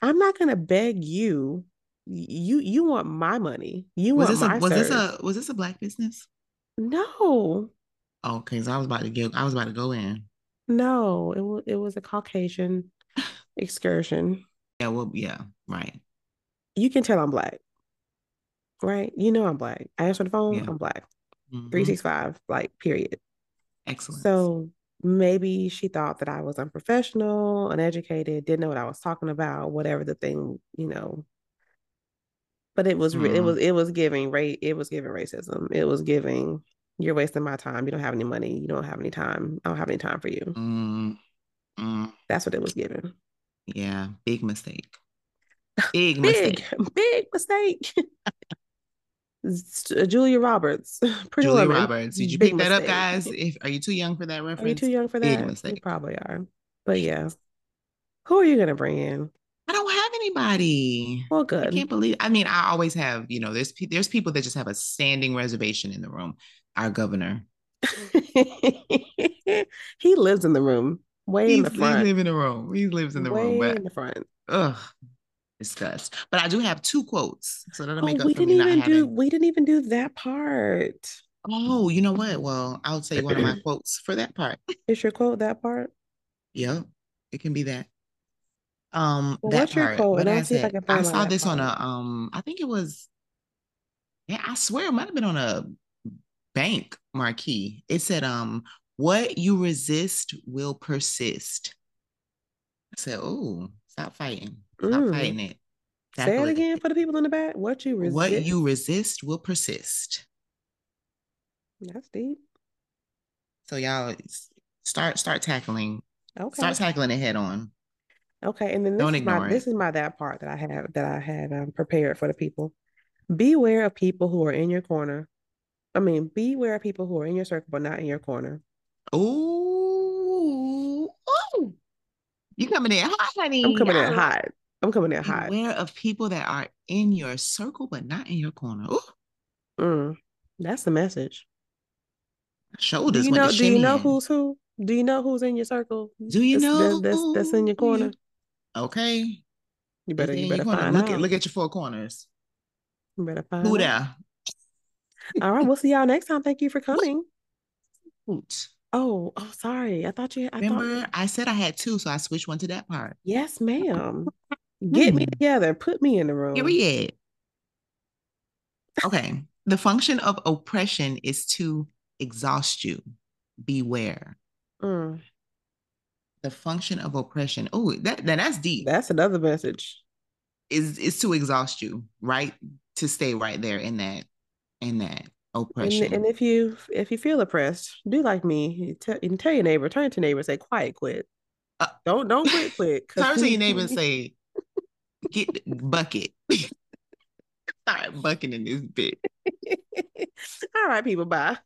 Speaker 3: I'm not gonna beg you. Y- You you want my money. You
Speaker 2: was
Speaker 3: want
Speaker 2: this
Speaker 3: my
Speaker 2: a was this
Speaker 3: service.
Speaker 2: a was this a black business?
Speaker 3: No,
Speaker 2: Oh, okay, so I was about to give I was about to go in.
Speaker 3: no, it was it was a Caucasian excursion.
Speaker 2: Yeah, well, yeah, right.
Speaker 3: you can tell I'm black, right? You know I'm black. I answer the phone,
Speaker 2: Yeah.
Speaker 3: I'm black.
Speaker 2: Mhm.
Speaker 3: 365, like, period.
Speaker 2: Excellent.
Speaker 3: So maybe she thought that I was unprofessional, uneducated, didn't know what I was talking about, whatever the thing, you know. But it was re- it
Speaker 2: Mm.
Speaker 3: was it was giving rate it was giving racism. It was giving you're wasting my time. You don't have any money. You don't have any time. I don't have any time for you.
Speaker 2: Mm, mm,
Speaker 3: That's what it was giving.
Speaker 2: yeah, big mistake. Big
Speaker 3: Big,
Speaker 2: mistake.
Speaker 3: big mistake. S- Julia Roberts, Pretty
Speaker 2: Julia
Speaker 3: Woman,
Speaker 2: Roberts. Did you
Speaker 3: big
Speaker 2: pick that up,
Speaker 3: mistake.
Speaker 2: guys? If are you too young for that reference?
Speaker 3: Are you too young for
Speaker 2: Big
Speaker 3: that? You
Speaker 2: mistake.
Speaker 3: probably are. But yeah, who are you gonna bring in?
Speaker 2: I don't have anybody.
Speaker 3: Well,
Speaker 2: I
Speaker 3: good.
Speaker 2: can't believe. I mean, I always have. You know, there's pe- there's people that just have a standing reservation in the room. Our governor,
Speaker 3: he lives in the room, way in the
Speaker 2: He's- he
Speaker 3: front,
Speaker 2: lives in the room. He lives in the
Speaker 3: way
Speaker 2: room, but
Speaker 3: in the front.
Speaker 2: ugh, disgust. But I do have two quotes, so that'll
Speaker 3: Oh,
Speaker 2: make
Speaker 3: we
Speaker 2: up for
Speaker 3: didn't
Speaker 2: me not
Speaker 3: even
Speaker 2: having.
Speaker 3: do. We didn't even do that part.
Speaker 2: Oh, you know what? Well, I'll tell you one of my quotes for that part.
Speaker 3: Is your quote that part?
Speaker 2: Yep, it can be that. Um,
Speaker 3: Well,
Speaker 2: that
Speaker 3: what's your
Speaker 2: part,
Speaker 3: quote?
Speaker 2: what
Speaker 3: And
Speaker 2: I
Speaker 3: I'll see if I
Speaker 2: said,
Speaker 3: can find
Speaker 2: I
Speaker 3: my
Speaker 2: saw this on
Speaker 3: laptop.
Speaker 2: a um, I think it was, yeah, I swear it might have been on a bank marquee. It said, um, what you resist will persist. I said, oh, stop fighting, stop
Speaker 3: Mm.
Speaker 2: fighting it.
Speaker 3: Say
Speaker 2: Tackle
Speaker 3: it
Speaker 2: it.
Speaker 3: again for the people in the back. What you resist?
Speaker 2: What you resist will persist.
Speaker 3: That's deep.
Speaker 2: So y'all s- start start tackling,
Speaker 3: Okay.
Speaker 2: start tackling it head on.
Speaker 3: Okay, and then this
Speaker 2: Don't
Speaker 3: is my
Speaker 2: ignore
Speaker 3: this
Speaker 2: it.
Speaker 3: is my that part that I have that I had um, prepared for the people. Beware of people who are in your corner. I mean, beware of people who are in your circle but not in your corner.
Speaker 2: Ooh, ooh. You coming in hot, honey.
Speaker 3: I'm coming in
Speaker 2: Y'all-
Speaker 3: hot. I'm coming in hot.
Speaker 2: Beware of people that are in your circle but not in your corner. Ooh,
Speaker 3: Mm, that's the message. Do
Speaker 2: shoulders
Speaker 3: you
Speaker 2: went
Speaker 3: know?
Speaker 2: to
Speaker 3: Do you know
Speaker 2: shin.
Speaker 3: who's who? Do you know who's in your circle?
Speaker 2: Do you
Speaker 3: that's,
Speaker 2: know
Speaker 3: that- that's that's in your
Speaker 2: who you-
Speaker 3: corner?
Speaker 2: Okay, if
Speaker 3: You
Speaker 2: they
Speaker 3: better you
Speaker 2: in your
Speaker 3: better
Speaker 2: corner,
Speaker 3: find
Speaker 2: look
Speaker 3: out.
Speaker 2: at look at your four corners.
Speaker 3: you better find
Speaker 2: Who
Speaker 3: out.
Speaker 2: there?
Speaker 3: All right, we'll see y'all next time. Thank you for coming.
Speaker 2: Hoot.
Speaker 3: Oh, oh, sorry. I thought you. I thought.
Speaker 2: Remember, I said I had two, so I switched one to that part.
Speaker 3: Yes, ma'am. Get me
Speaker 2: Hmm.
Speaker 3: together. Put me in the room.
Speaker 2: Period. Okay. The function of oppression is to exhaust you. Beware.
Speaker 3: Mm,
Speaker 2: The function of oppression. Oh, that, that that's deep.
Speaker 3: that's another message.
Speaker 2: is is to exhaust you, right? To stay right there in that in that
Speaker 3: And,
Speaker 2: oppression.
Speaker 3: and if you if you feel oppressed, do like me. You tell, you tell your neighbor, turn to your neighbor, and say, "Quiet, quit.
Speaker 2: Uh,
Speaker 3: don't don't quit, quit." 'cause
Speaker 2: Turn to your neighbor and say, "Get the bucket." Start bucketing this bitch.
Speaker 3: All right, people, bye.